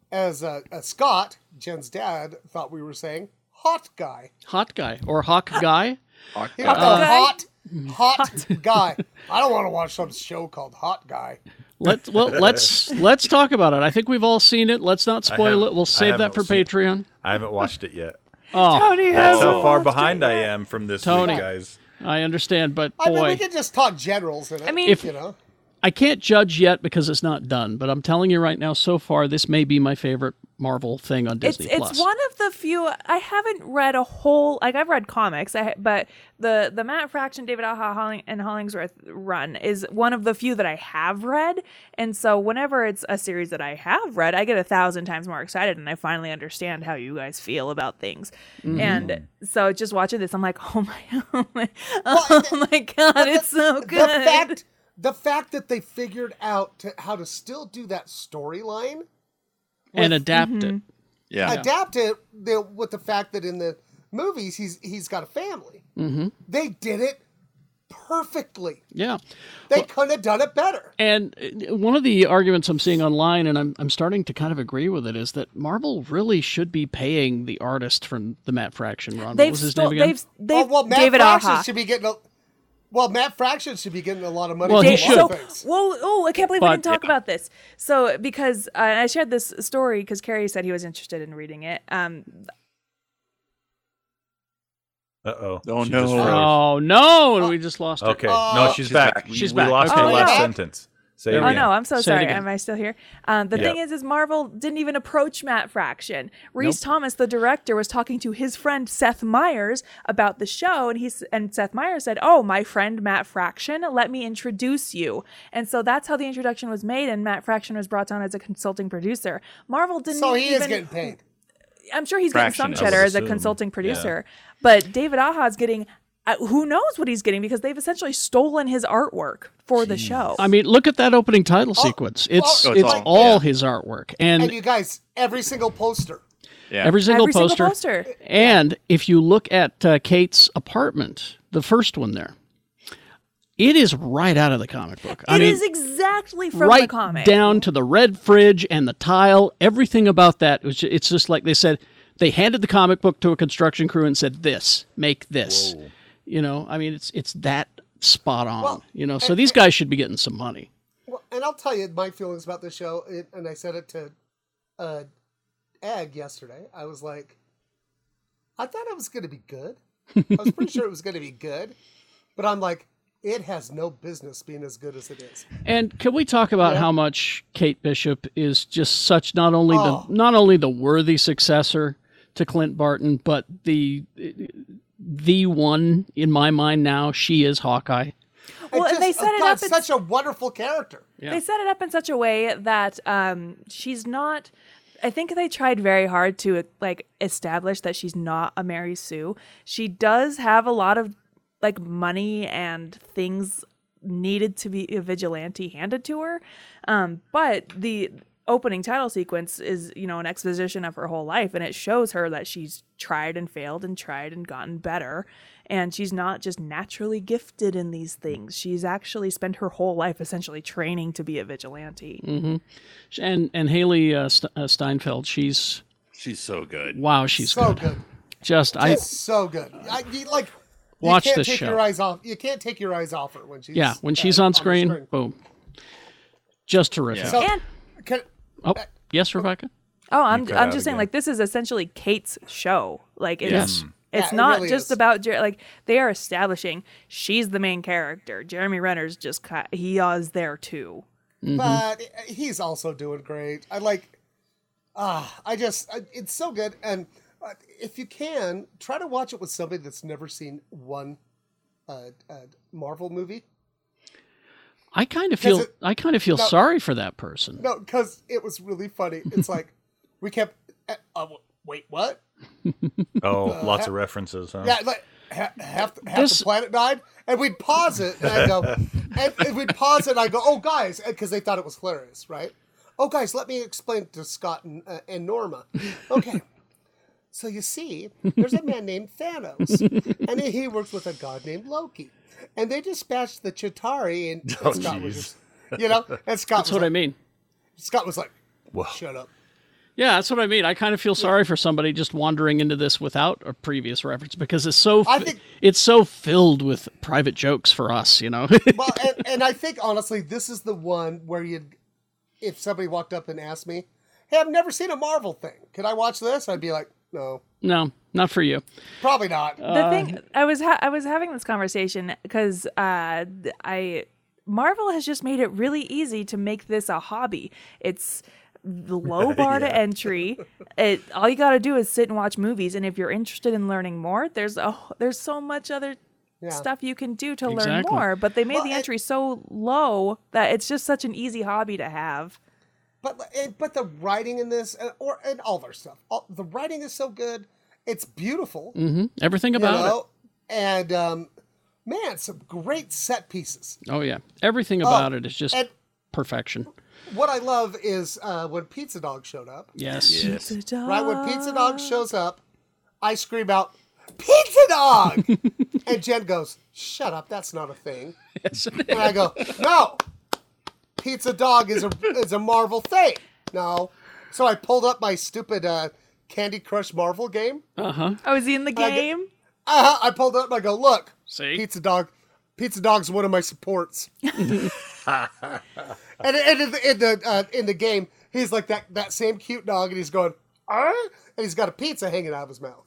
Speaker 5: as uh, uh, Scott, Jen's dad, thought we were saying, hot guy.
Speaker 2: Hot guy or hawk guy?
Speaker 6: Hawk
Speaker 5: He was a hot, hot guy. I don't want to watch some show called Hot Guy.
Speaker 2: Let well let's let's talk about it. I think we've all seen it. Let's not
Speaker 3: I
Speaker 2: spoil
Speaker 3: haven't-
Speaker 2: it. We'll
Speaker 3: I
Speaker 2: save that
Speaker 3: haven't
Speaker 2: for
Speaker 3: seen it.
Speaker 2: Patreon.
Speaker 3: I haven't watched it yet.
Speaker 2: Oh, Tony
Speaker 3: That's how
Speaker 2: hasn't
Speaker 3: far
Speaker 2: watched
Speaker 3: behind I am from this
Speaker 2: Tony,
Speaker 3: week, guys.
Speaker 2: I understand, but boy,
Speaker 5: I mean, we can just talk generals in it.
Speaker 4: I mean-
Speaker 2: If-
Speaker 5: you know,
Speaker 2: I can't judge yet because it's not done. But I'm telling you right now, so far, this may be my favorite Marvel thing on Disney
Speaker 4: it's,
Speaker 2: Plus.
Speaker 4: It's one of the few I haven't read a whole like I've read comics, I, ha- but the the Matt Fraction, David Aha Holling, and Hollingsworth run is one of the few that I have read, and so whenever it's a series that I have read, I get a thousand times more excited, and I finally understand how you guys feel about things,
Speaker 2: Mm-hmm.
Speaker 14: Mhm.
Speaker 4: and so just watching this, I'm like, oh my, oh my, oh my god, it's so good.
Speaker 5: the fact the fact that they figured out to, how to still do that storyline
Speaker 2: and adapt
Speaker 4: Mm-hmm.
Speaker 2: it.
Speaker 6: Yeah.
Speaker 5: adapt it the, with the fact that in the movies he's he's got a family.
Speaker 2: Mm-hmm.
Speaker 5: They did it perfectly.
Speaker 2: Yeah.
Speaker 5: They couldn't have done it better.
Speaker 2: And uh, one of the arguments I'm seeing online, and I'm, I'm starting to kind of agree with it, is that Marvel really should be paying the artist from the Matt Fraction run. what
Speaker 4: They've
Speaker 2: was his
Speaker 4: stole-
Speaker 2: name again?
Speaker 4: they've- they've-
Speaker 5: Oh, well, Matt
Speaker 4: David
Speaker 5: Fraction
Speaker 4: Aha.
Speaker 5: should be getting a well, Matt Fraction should be getting a lot of money.
Speaker 2: Well,
Speaker 5: for
Speaker 2: he
Speaker 5: a lot of
Speaker 2: should.
Speaker 5: things.
Speaker 4: Whoa, oh, I can't believe we
Speaker 2: But-
Speaker 4: didn't talk about this. So, because uh, I shared this story because Carrie said he was interested in reading it. Um,
Speaker 3: Uh oh.
Speaker 6: Oh,
Speaker 3: She
Speaker 6: no.
Speaker 3: just froze.
Speaker 2: oh no! And we just lost. her.
Speaker 3: Okay. no, she's, back. We,
Speaker 2: She's
Speaker 3: we
Speaker 2: back. Oh,
Speaker 3: lost
Speaker 2: okay.
Speaker 3: her last sentence. Say it
Speaker 4: oh
Speaker 3: again.
Speaker 4: no, I'm so
Speaker 3: Say it
Speaker 4: sorry.
Speaker 3: again.
Speaker 4: Am I still here? Um, the
Speaker 3: Yeah.
Speaker 4: thing is, is Marvel didn't even approach Matt Fraction. Reese
Speaker 2: Nope.
Speaker 4: Thomas, the director, was talking to his friend Seth Meyers about the show, and he's and Seth Meyers said, "Oh, my friend Matt Fraction, let me introduce you." And so that's how the introduction was made, and Matt Fraction was brought on as a consulting producer. Marvel didn't.
Speaker 5: So he
Speaker 4: even,
Speaker 5: is getting paid.
Speaker 4: I'm sure he's
Speaker 5: Fraction,
Speaker 4: getting
Speaker 5: I
Speaker 4: some
Speaker 5: would
Speaker 4: cheddar as a
Speaker 5: assume.
Speaker 4: consulting
Speaker 5: Yeah.
Speaker 4: producer, but David Aja's getting uh, who knows what he's getting because they've essentially stolen his artwork for the show.
Speaker 2: I mean, look at that opening title sequence. It's
Speaker 4: oh,
Speaker 2: it's
Speaker 4: it's
Speaker 2: all,
Speaker 4: all-
Speaker 5: yeah.
Speaker 2: his artwork,
Speaker 5: And,
Speaker 2: and,
Speaker 5: you guys, every single poster.
Speaker 2: every single
Speaker 5: Every single
Speaker 2: poster.
Speaker 5: poster.
Speaker 2: And if you look at uh, Kate's apartment, the first one there, it is right out of the comic book.
Speaker 4: It is exactly from
Speaker 2: right
Speaker 4: the comic.
Speaker 2: down to the red fridge and the tile. Everything about that was. ju- It's just like they said. They handed the comic book to a construction crew and said, "This, make this." You know, I mean, it's it's that spot on.
Speaker 5: Well,
Speaker 2: you know, so
Speaker 5: and-
Speaker 2: these guys should be getting some money.
Speaker 5: Well, and I'll tell you my feelings about the show, it, and I said it to uh, Egg yesterday. I was like, I thought it was going to be good. I was pretty sure it was going to be good, but I'm like, it has no business being as good as it is.
Speaker 2: And can we talk about
Speaker 5: Yeah.
Speaker 2: how much Kate Bishop is just such not only
Speaker 5: Oh.
Speaker 2: the not only the worthy successor to Clint Barton, but the the one in my mind now. She is Hawkeye.
Speaker 4: Well, and they set it up in-
Speaker 5: oh such a wonderful character.
Speaker 4: They set it up in such a way that um, she's not. I think they tried very hard to like establish that she's not a Mary Sue. She does have a lot of like money and things needed to be a vigilante handed to her, um, but the opening title sequence is you know an exposition of her whole life and it shows her that she's tried and failed and tried and gotten better and she's not just naturally gifted in these things she's actually spent her whole life essentially training to be a vigilante
Speaker 2: hmm And and Haley uh, St- uh, Steinfeld, she's
Speaker 6: she's so good.
Speaker 2: Wow, she's
Speaker 5: So
Speaker 2: good.
Speaker 5: good.
Speaker 2: Just,
Speaker 5: Just
Speaker 2: I
Speaker 5: so good. I, you, like,
Speaker 2: Watch
Speaker 5: you can't
Speaker 2: this
Speaker 5: take
Speaker 2: show.
Speaker 5: your eyes off. You can't take your eyes off her when she's
Speaker 2: yeah, when
Speaker 5: uh,
Speaker 2: she's on
Speaker 5: the
Speaker 2: screen, boom, just terrific.
Speaker 5: So, can,
Speaker 2: oh, yes, Rebecca.
Speaker 4: oh i'm,
Speaker 2: cut
Speaker 4: I'm
Speaker 2: out
Speaker 4: just saying
Speaker 2: again.
Speaker 4: like this is essentially kate's show like it's
Speaker 2: Yes.
Speaker 4: It's
Speaker 5: Yeah, it
Speaker 4: not
Speaker 5: really
Speaker 4: just
Speaker 5: is.
Speaker 4: about Jer- like they are establishing she's the main character. Jeremy Renner's just ki he is there too.
Speaker 2: Mm-hmm.
Speaker 5: but uh, he's also doing great. I like, ah, I just, I, it's so good. And uh, if you can, try to watch it with somebody that's never seen one uh, uh, Marvel movie.
Speaker 2: I kind of
Speaker 5: 'Cause
Speaker 2: feel
Speaker 5: it-
Speaker 2: I kind of feel
Speaker 5: no.
Speaker 2: sorry for that person.
Speaker 5: No, because it was really funny. It's like, we kept, uh, uh, wait, what?
Speaker 3: Oh,
Speaker 5: Uh,
Speaker 3: lots of
Speaker 5: ha-
Speaker 3: references, huh?
Speaker 5: Yeah, like ha- half, the- half
Speaker 2: This-
Speaker 5: the planet died, and we'd pause it, and I go, and, and we'd pause it, and I go, oh guys, because they thought it was hilarious, right? Oh guys, let me explain to Scott and, uh, and Norma. Okay, so you see, there's a man named Thanos, and he he works with a god named Loki, and they dispatched the Chitari, and, and
Speaker 2: Oh,
Speaker 5: Scott was
Speaker 2: jeez.
Speaker 5: just, you know, and Scott.
Speaker 2: That's
Speaker 5: was
Speaker 2: what
Speaker 5: like,
Speaker 2: I mean.
Speaker 5: Scott was like, shut up.
Speaker 2: Yeah, that's what I mean. I kind of feel sorry for somebody just wandering into this without a previous reference because it's so
Speaker 5: I
Speaker 2: fi-
Speaker 5: think-
Speaker 2: it's so filled with private jokes for us, you know.
Speaker 5: well, and, and I think honestly, this is the one where you'd, if somebody walked up and asked me, "Hey, I've never seen a Marvel thing. Could I watch this?" I'd be like, "No,
Speaker 2: no, not for you.
Speaker 5: probably not."
Speaker 4: the thing I was ha- I was having this conversation because uh, th- I Marvel has just made it really easy to make this a hobby. It's the low bar to entry. It all you got to do is sit and watch movies, and if you're interested in learning more, there's oh, there's so much other
Speaker 5: Yeah.
Speaker 4: stuff you can do to learn
Speaker 2: Exactly.
Speaker 4: more. But they made the entry so low that it's just such an easy hobby to have.
Speaker 5: But and- but the writing in this, uh, or and all of our stuff, all, the writing is so good. It's beautiful.
Speaker 2: hmm Everything about
Speaker 5: you know? And um, man, some great set pieces.
Speaker 2: it. Oh yeah, everything
Speaker 5: Oh,
Speaker 2: about it is just
Speaker 5: and-
Speaker 2: perfection.
Speaker 5: What I love is uh, when Pizza Dog showed up.
Speaker 2: Yes. Yes. Pizza
Speaker 5: Right when Pizza Dog shows up, I scream out, "Pizza Dog!" and Jen goes, "Shut up, that's not a thing." and I go, "No, Pizza Dog is a is a Marvel thing." No, so I pulled up my stupid uh, Candy Crush Marvel game.
Speaker 2: Uh huh.
Speaker 4: Oh, is he in the
Speaker 5: And I go-
Speaker 4: game?
Speaker 5: Uh-huh, I pulled it up. and I go, "Look,
Speaker 2: See?
Speaker 5: Pizza Dog." Pizza Dog's one of my supports. And, and in the in the, uh, in the game, he's like that that same cute dog, and he's going, "Ah," and he's got a pizza hanging out of his mouth.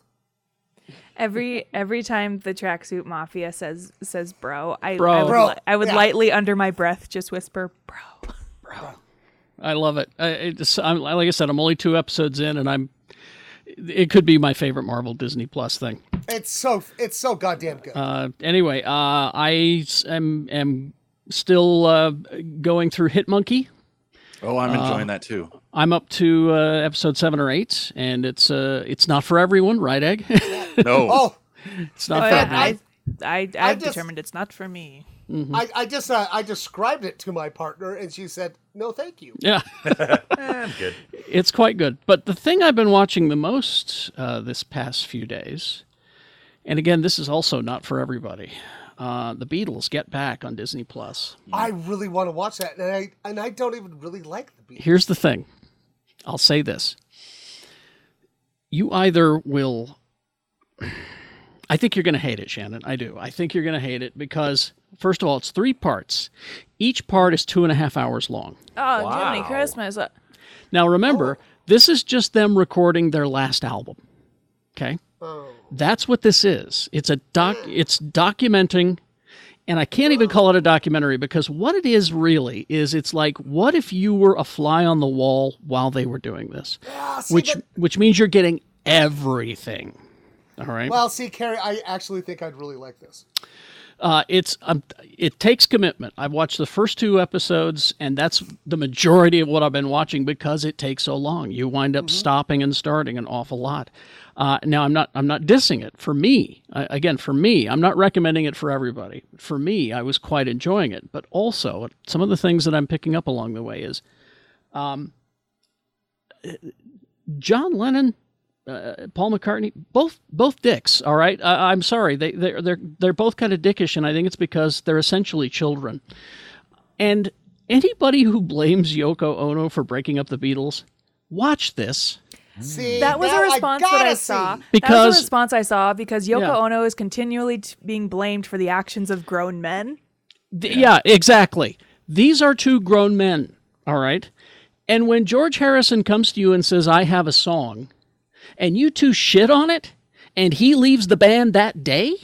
Speaker 4: Every every time the tracksuit mafia says says bro, I
Speaker 2: Bro.
Speaker 4: I would,
Speaker 2: Bro.
Speaker 4: li- I would
Speaker 2: Yeah.
Speaker 4: lightly under my breath just whisper bro.
Speaker 2: I love it. I, it just, I'm, like I said, I'm only two episodes in, and I'm. It could be my favorite Marvel Disney Plus thing.
Speaker 5: It's so it's so goddamn good.
Speaker 2: Uh, anyway, uh, I s- am am still uh, going through Hitmonkey.
Speaker 6: Oh, I'm enjoying
Speaker 2: Uh,
Speaker 6: that too.
Speaker 5: Oh.
Speaker 2: I'm up to uh, episode seven or eight, and it's uh, it's not for everyone, right, Egg?
Speaker 6: No.
Speaker 5: Oh.
Speaker 2: it's not
Speaker 4: Oh,
Speaker 2: for
Speaker 4: yeah,
Speaker 2: everyone.
Speaker 4: I, I, I've
Speaker 5: I just-
Speaker 4: determined it's not for me.
Speaker 2: Mhm.
Speaker 5: I, I just uh, I described it to my partner and she said, "No, thank you."
Speaker 2: Yeah.
Speaker 3: good.
Speaker 2: It's quite good. But the thing I've been watching the most uh, this past few days, and again, this is also not for everybody. Uh, the Beatles Get Back on Disney Plus.
Speaker 5: I really want to watch that, and I and I don't even really like the beat.
Speaker 2: Here's the thing. I'll say this. You either will I think you're going to hate it, Shannon. I do. I think you're going to hate it because, first of all, it's three parts. Each part is two and a half hours long.
Speaker 4: Oh, Jiminy Christmas. Uh,
Speaker 2: Now, remember, this is just them recording their last album. Okay? That's what this is. It's a doc it's documenting and I can't even call it a documentary because what it is really is it's like what if you were a fly on the wall while they were doing this? which which means you're getting everything. All right?
Speaker 5: Well, see, Carrie, I actually think I'd really like this.
Speaker 2: Uh, it's um, it takes commitment. I've watched the first two episodes, and that's the majority of what I've been watching because it takes so long. You wind up stopping and starting an awful lot. Uh, now I'm not I'm not dissing it. For me, I, again, for me, I'm not recommending it for everybody. For me, I was quite enjoying it, but also some of the things that I'm picking up along the way is, um, uh, John Lennon uh, Paul McCartney, both both dicks. All right, uh, I'm sorry. They they're they're they're both kind of dickish, and I think it's because they're essentially children. And anybody who blames Yoko Ono for breaking up the Beatles, watch this.
Speaker 5: See,
Speaker 4: that was
Speaker 5: now
Speaker 4: a response
Speaker 5: I
Speaker 4: that I
Speaker 5: gotta
Speaker 4: saw. that
Speaker 5: see.
Speaker 4: was
Speaker 2: Because-
Speaker 4: a response I saw because Yoko
Speaker 2: Yeah.
Speaker 4: Ono is continually t- being blamed for the actions of grown men.
Speaker 2: Th- yeah. exactly. These are two grown men. All right, and when George Harrison comes to you and says, "I have a song," and you two shit on it, and he leaves the band that day,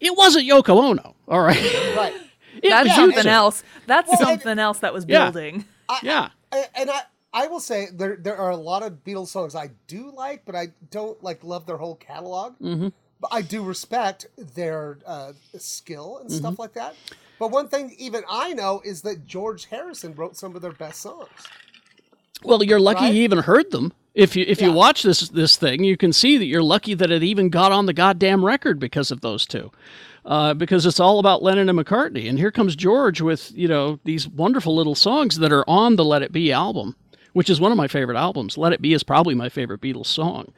Speaker 2: it wasn't Yoko Ono. All right.
Speaker 5: Right.
Speaker 2: It
Speaker 4: That's
Speaker 2: was
Speaker 4: something
Speaker 2: useful.
Speaker 4: else. That's
Speaker 5: Well, and-
Speaker 4: something else that was
Speaker 2: Yeah.
Speaker 4: building.
Speaker 2: yeah.
Speaker 5: I, and I I will say there there are a lot of Beatles songs I do like, but I don't like love their whole catalog.
Speaker 2: Mm-hmm.
Speaker 5: But I do respect their uh, skill and stuff like that. But one thing even I know is that George Harrison wrote some of their best songs.
Speaker 2: Well, you're lucky
Speaker 5: Right?
Speaker 2: you even heard them. If you if you watch this this thing, you can see that you're lucky that it even got on the goddamn record because of those two, uh, because it's all about Lennon and McCartney. And here comes George with you know these wonderful little songs that are on the Let It Be album, which is one of my favorite albums. Let It Be is probably my favorite Beatles song.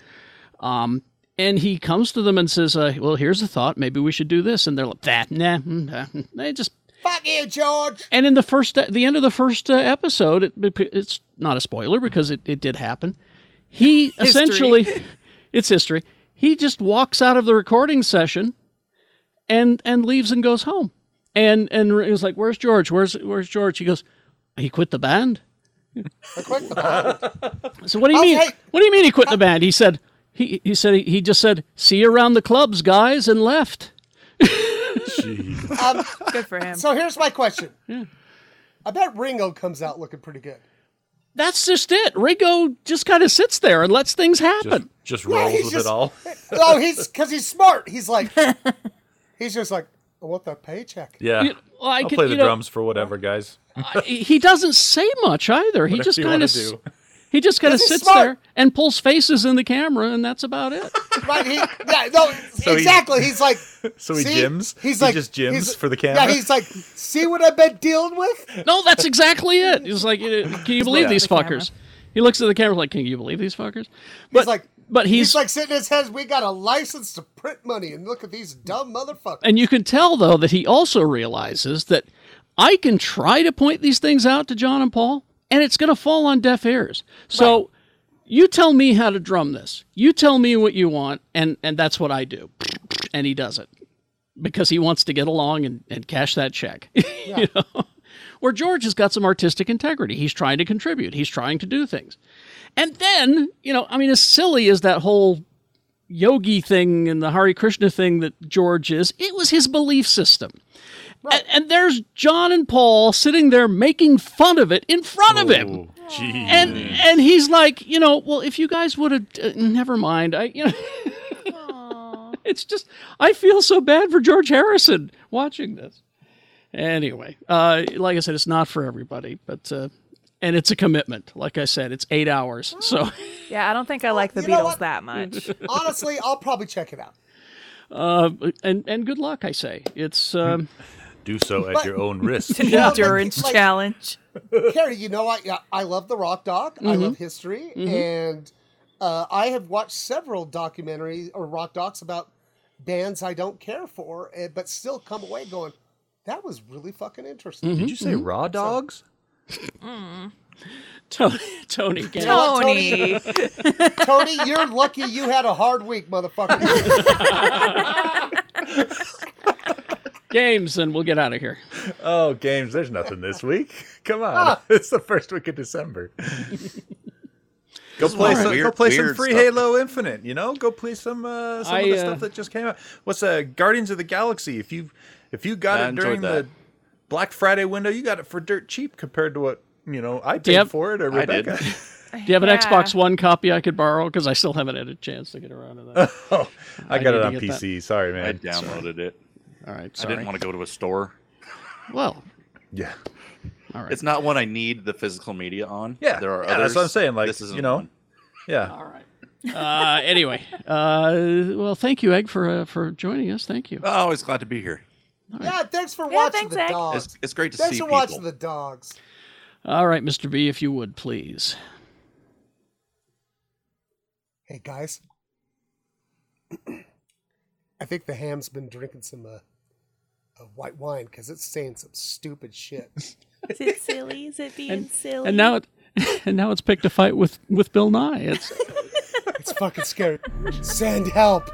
Speaker 2: Um, and he comes to them and says, uh, "Well, here's a thought. Maybe we should do this." And they're like, "That nah." mm, nah, mm." They just
Speaker 5: Fuck you, George.
Speaker 2: and in the first, the end of the first uh, episode, it, it's not a spoiler because it, it did happen. He
Speaker 20: History.
Speaker 2: essentially, it's history. He just walks out of the recording session, and and leaves and goes home. And and it was like, "Where's George? Where's where's George?" He goes, "He quit the band." So what do you
Speaker 5: Oh,
Speaker 2: mean?
Speaker 5: hey. Oh.
Speaker 2: What do you mean he quit the band? He said he he said he, he just said, "See you around the clubs, guys," and left.
Speaker 5: Um,
Speaker 4: Good for him.
Speaker 5: So here's my question. I bet Ringo comes out looking pretty good.
Speaker 2: That's just it. Ringo just kind of sits there and lets things happen.
Speaker 3: Just, just
Speaker 5: Yeah,
Speaker 3: rolls
Speaker 5: he's
Speaker 3: with
Speaker 5: just-
Speaker 3: it all.
Speaker 5: No, he's because he's smart. He's like, he's just like, I want that paycheck.
Speaker 3: Yeah.
Speaker 2: You- well, I
Speaker 3: I'll
Speaker 2: could-
Speaker 3: play the
Speaker 2: you know-
Speaker 3: drums for whatever, guys.
Speaker 2: I- he doesn't say much either. He
Speaker 3: Whatever
Speaker 2: just
Speaker 3: you
Speaker 2: kind
Speaker 3: wanna
Speaker 2: of
Speaker 3: do.
Speaker 2: he just kind of
Speaker 5: 'Cause he's
Speaker 2: sits
Speaker 5: smart.
Speaker 2: there and pulls faces in the camera, and that's about it.
Speaker 5: Right? He, yeah, no,
Speaker 3: So he-
Speaker 5: exactly. he's like,
Speaker 3: So he
Speaker 5: see?
Speaker 3: gyms?
Speaker 5: He's
Speaker 3: He
Speaker 5: like,
Speaker 3: just gyms
Speaker 5: he's-
Speaker 3: for the camera?
Speaker 5: Yeah, he's like, see what I've been dealing with?
Speaker 2: No, that's exactly it. It's like, you know, can you believe
Speaker 5: at
Speaker 2: these
Speaker 5: the camera.
Speaker 2: fuckers? He looks at the camera like, can you believe these fuckers? But
Speaker 5: like,
Speaker 2: but he's,
Speaker 5: he's like sitting his head. We got a license to print money, and look at these dumb motherfuckers.
Speaker 2: and you can tell though that he also realizes that I can try to point these things out to John and Paul, and it's going to fall on deaf ears. So. You tell me how to drum this. You tell me what you want, and, and that's what I do. And he does it. because he wants to get along and, and cash that check. you know? Where George has got some artistic integrity. He's trying to contribute, he's trying to do things. And then, you know, I mean, as silly as that whole yogi thing and the Hari Krishna thing that George is, it was his belief system. And, and there's John and Paul sitting there making fun of it in front of him. And and he's like, you know, well, if you guys would have, uh, never mind. I, you know, it's just I feel so bad for George Harrison watching this. Anyway, uh, like I said, it's not for everybody, but uh, and it's a commitment. Like I said, it's eight hours, so.
Speaker 4: Yeah, I don't think I like the
Speaker 5: You know
Speaker 4: Beatles
Speaker 5: what?
Speaker 4: that much.
Speaker 5: Honestly, I'll probably check it out.
Speaker 2: Uh, and and good luck, I say. It's um,
Speaker 3: do so at
Speaker 5: But-
Speaker 3: your own risk.
Speaker 5: Well, like- like-
Speaker 4: challenge.
Speaker 5: Carrie, you know I yeah, I love the Rock Doc. I
Speaker 2: Mhm.
Speaker 5: love history,
Speaker 2: Mhm.
Speaker 5: and uh, I have watched several documentaries or Rock Docs about bands I don't care for, eh, but still come away going, "That was really fucking interesting."
Speaker 3: Did you say
Speaker 6: Hmm?
Speaker 3: raw dogs?
Speaker 2: Tony, Tony,
Speaker 5: You know what, Tony, Tony, you're lucky you had a hard week, motherfucker.
Speaker 2: games, and we'll get out of here.
Speaker 3: Oh, games. There's nothing this week. Come
Speaker 6: Ah.
Speaker 3: on. It's the first week of December. Go
Speaker 6: is
Speaker 3: play,
Speaker 6: all
Speaker 3: some,
Speaker 6: weird-
Speaker 3: go play some
Speaker 6: weird
Speaker 3: free
Speaker 6: stuff.
Speaker 3: Halo Infinite, you know? Go play some uh, some of
Speaker 2: I,
Speaker 3: the
Speaker 2: uh,
Speaker 3: stuff that just came out. What's uh Guardians of the Galaxy? If you if you got
Speaker 6: I
Speaker 3: it
Speaker 6: enjoyed
Speaker 3: during
Speaker 6: that.
Speaker 3: the Black Friday window, you got it for dirt cheap compared to what, you know, I paid
Speaker 2: Yep.
Speaker 3: for it or
Speaker 6: I did.
Speaker 3: Rebecca.
Speaker 2: Do you have an
Speaker 4: Yeah.
Speaker 2: Xbox One copy I could borrow? Because I still haven't had a chance to get around to that.
Speaker 3: oh, I,
Speaker 2: I
Speaker 3: got
Speaker 2: need
Speaker 3: it
Speaker 2: to
Speaker 3: on
Speaker 2: get that.
Speaker 3: PC. Sorry, man.
Speaker 6: I downloaded it.
Speaker 2: All right,
Speaker 6: I
Speaker 2: sorry.
Speaker 6: didn't want to go to a store.
Speaker 2: Well,
Speaker 3: Yeah.
Speaker 2: all right.
Speaker 6: It's not one I need the physical media on.
Speaker 3: Yeah,
Speaker 6: there are
Speaker 3: yeah,
Speaker 6: others.
Speaker 3: that's what I'm saying. Like,
Speaker 6: this isn't
Speaker 3: you know,
Speaker 6: one.
Speaker 3: yeah.
Speaker 2: All right. Uh, anyway, uh, well, thank you, Egg, for uh, for joining us. Thank you.
Speaker 6: always glad to be here.
Speaker 5: yeah, thanks for watching
Speaker 4: thanks,
Speaker 5: the
Speaker 4: Zach.
Speaker 5: dogs.
Speaker 6: It's, it's great to
Speaker 5: thanks
Speaker 6: see
Speaker 5: for
Speaker 6: people.
Speaker 5: watching the dogs.
Speaker 2: All right, Mr. B, if you would please.
Speaker 5: Hey guys, I think the ham's been drinking some uh, uh, white wine because it's saying some stupid shit.
Speaker 4: Is it silly? Is it being silly?
Speaker 2: And now it, and now it's picked a fight with with Bill Nye. It's
Speaker 5: It's fucking scary. Send help.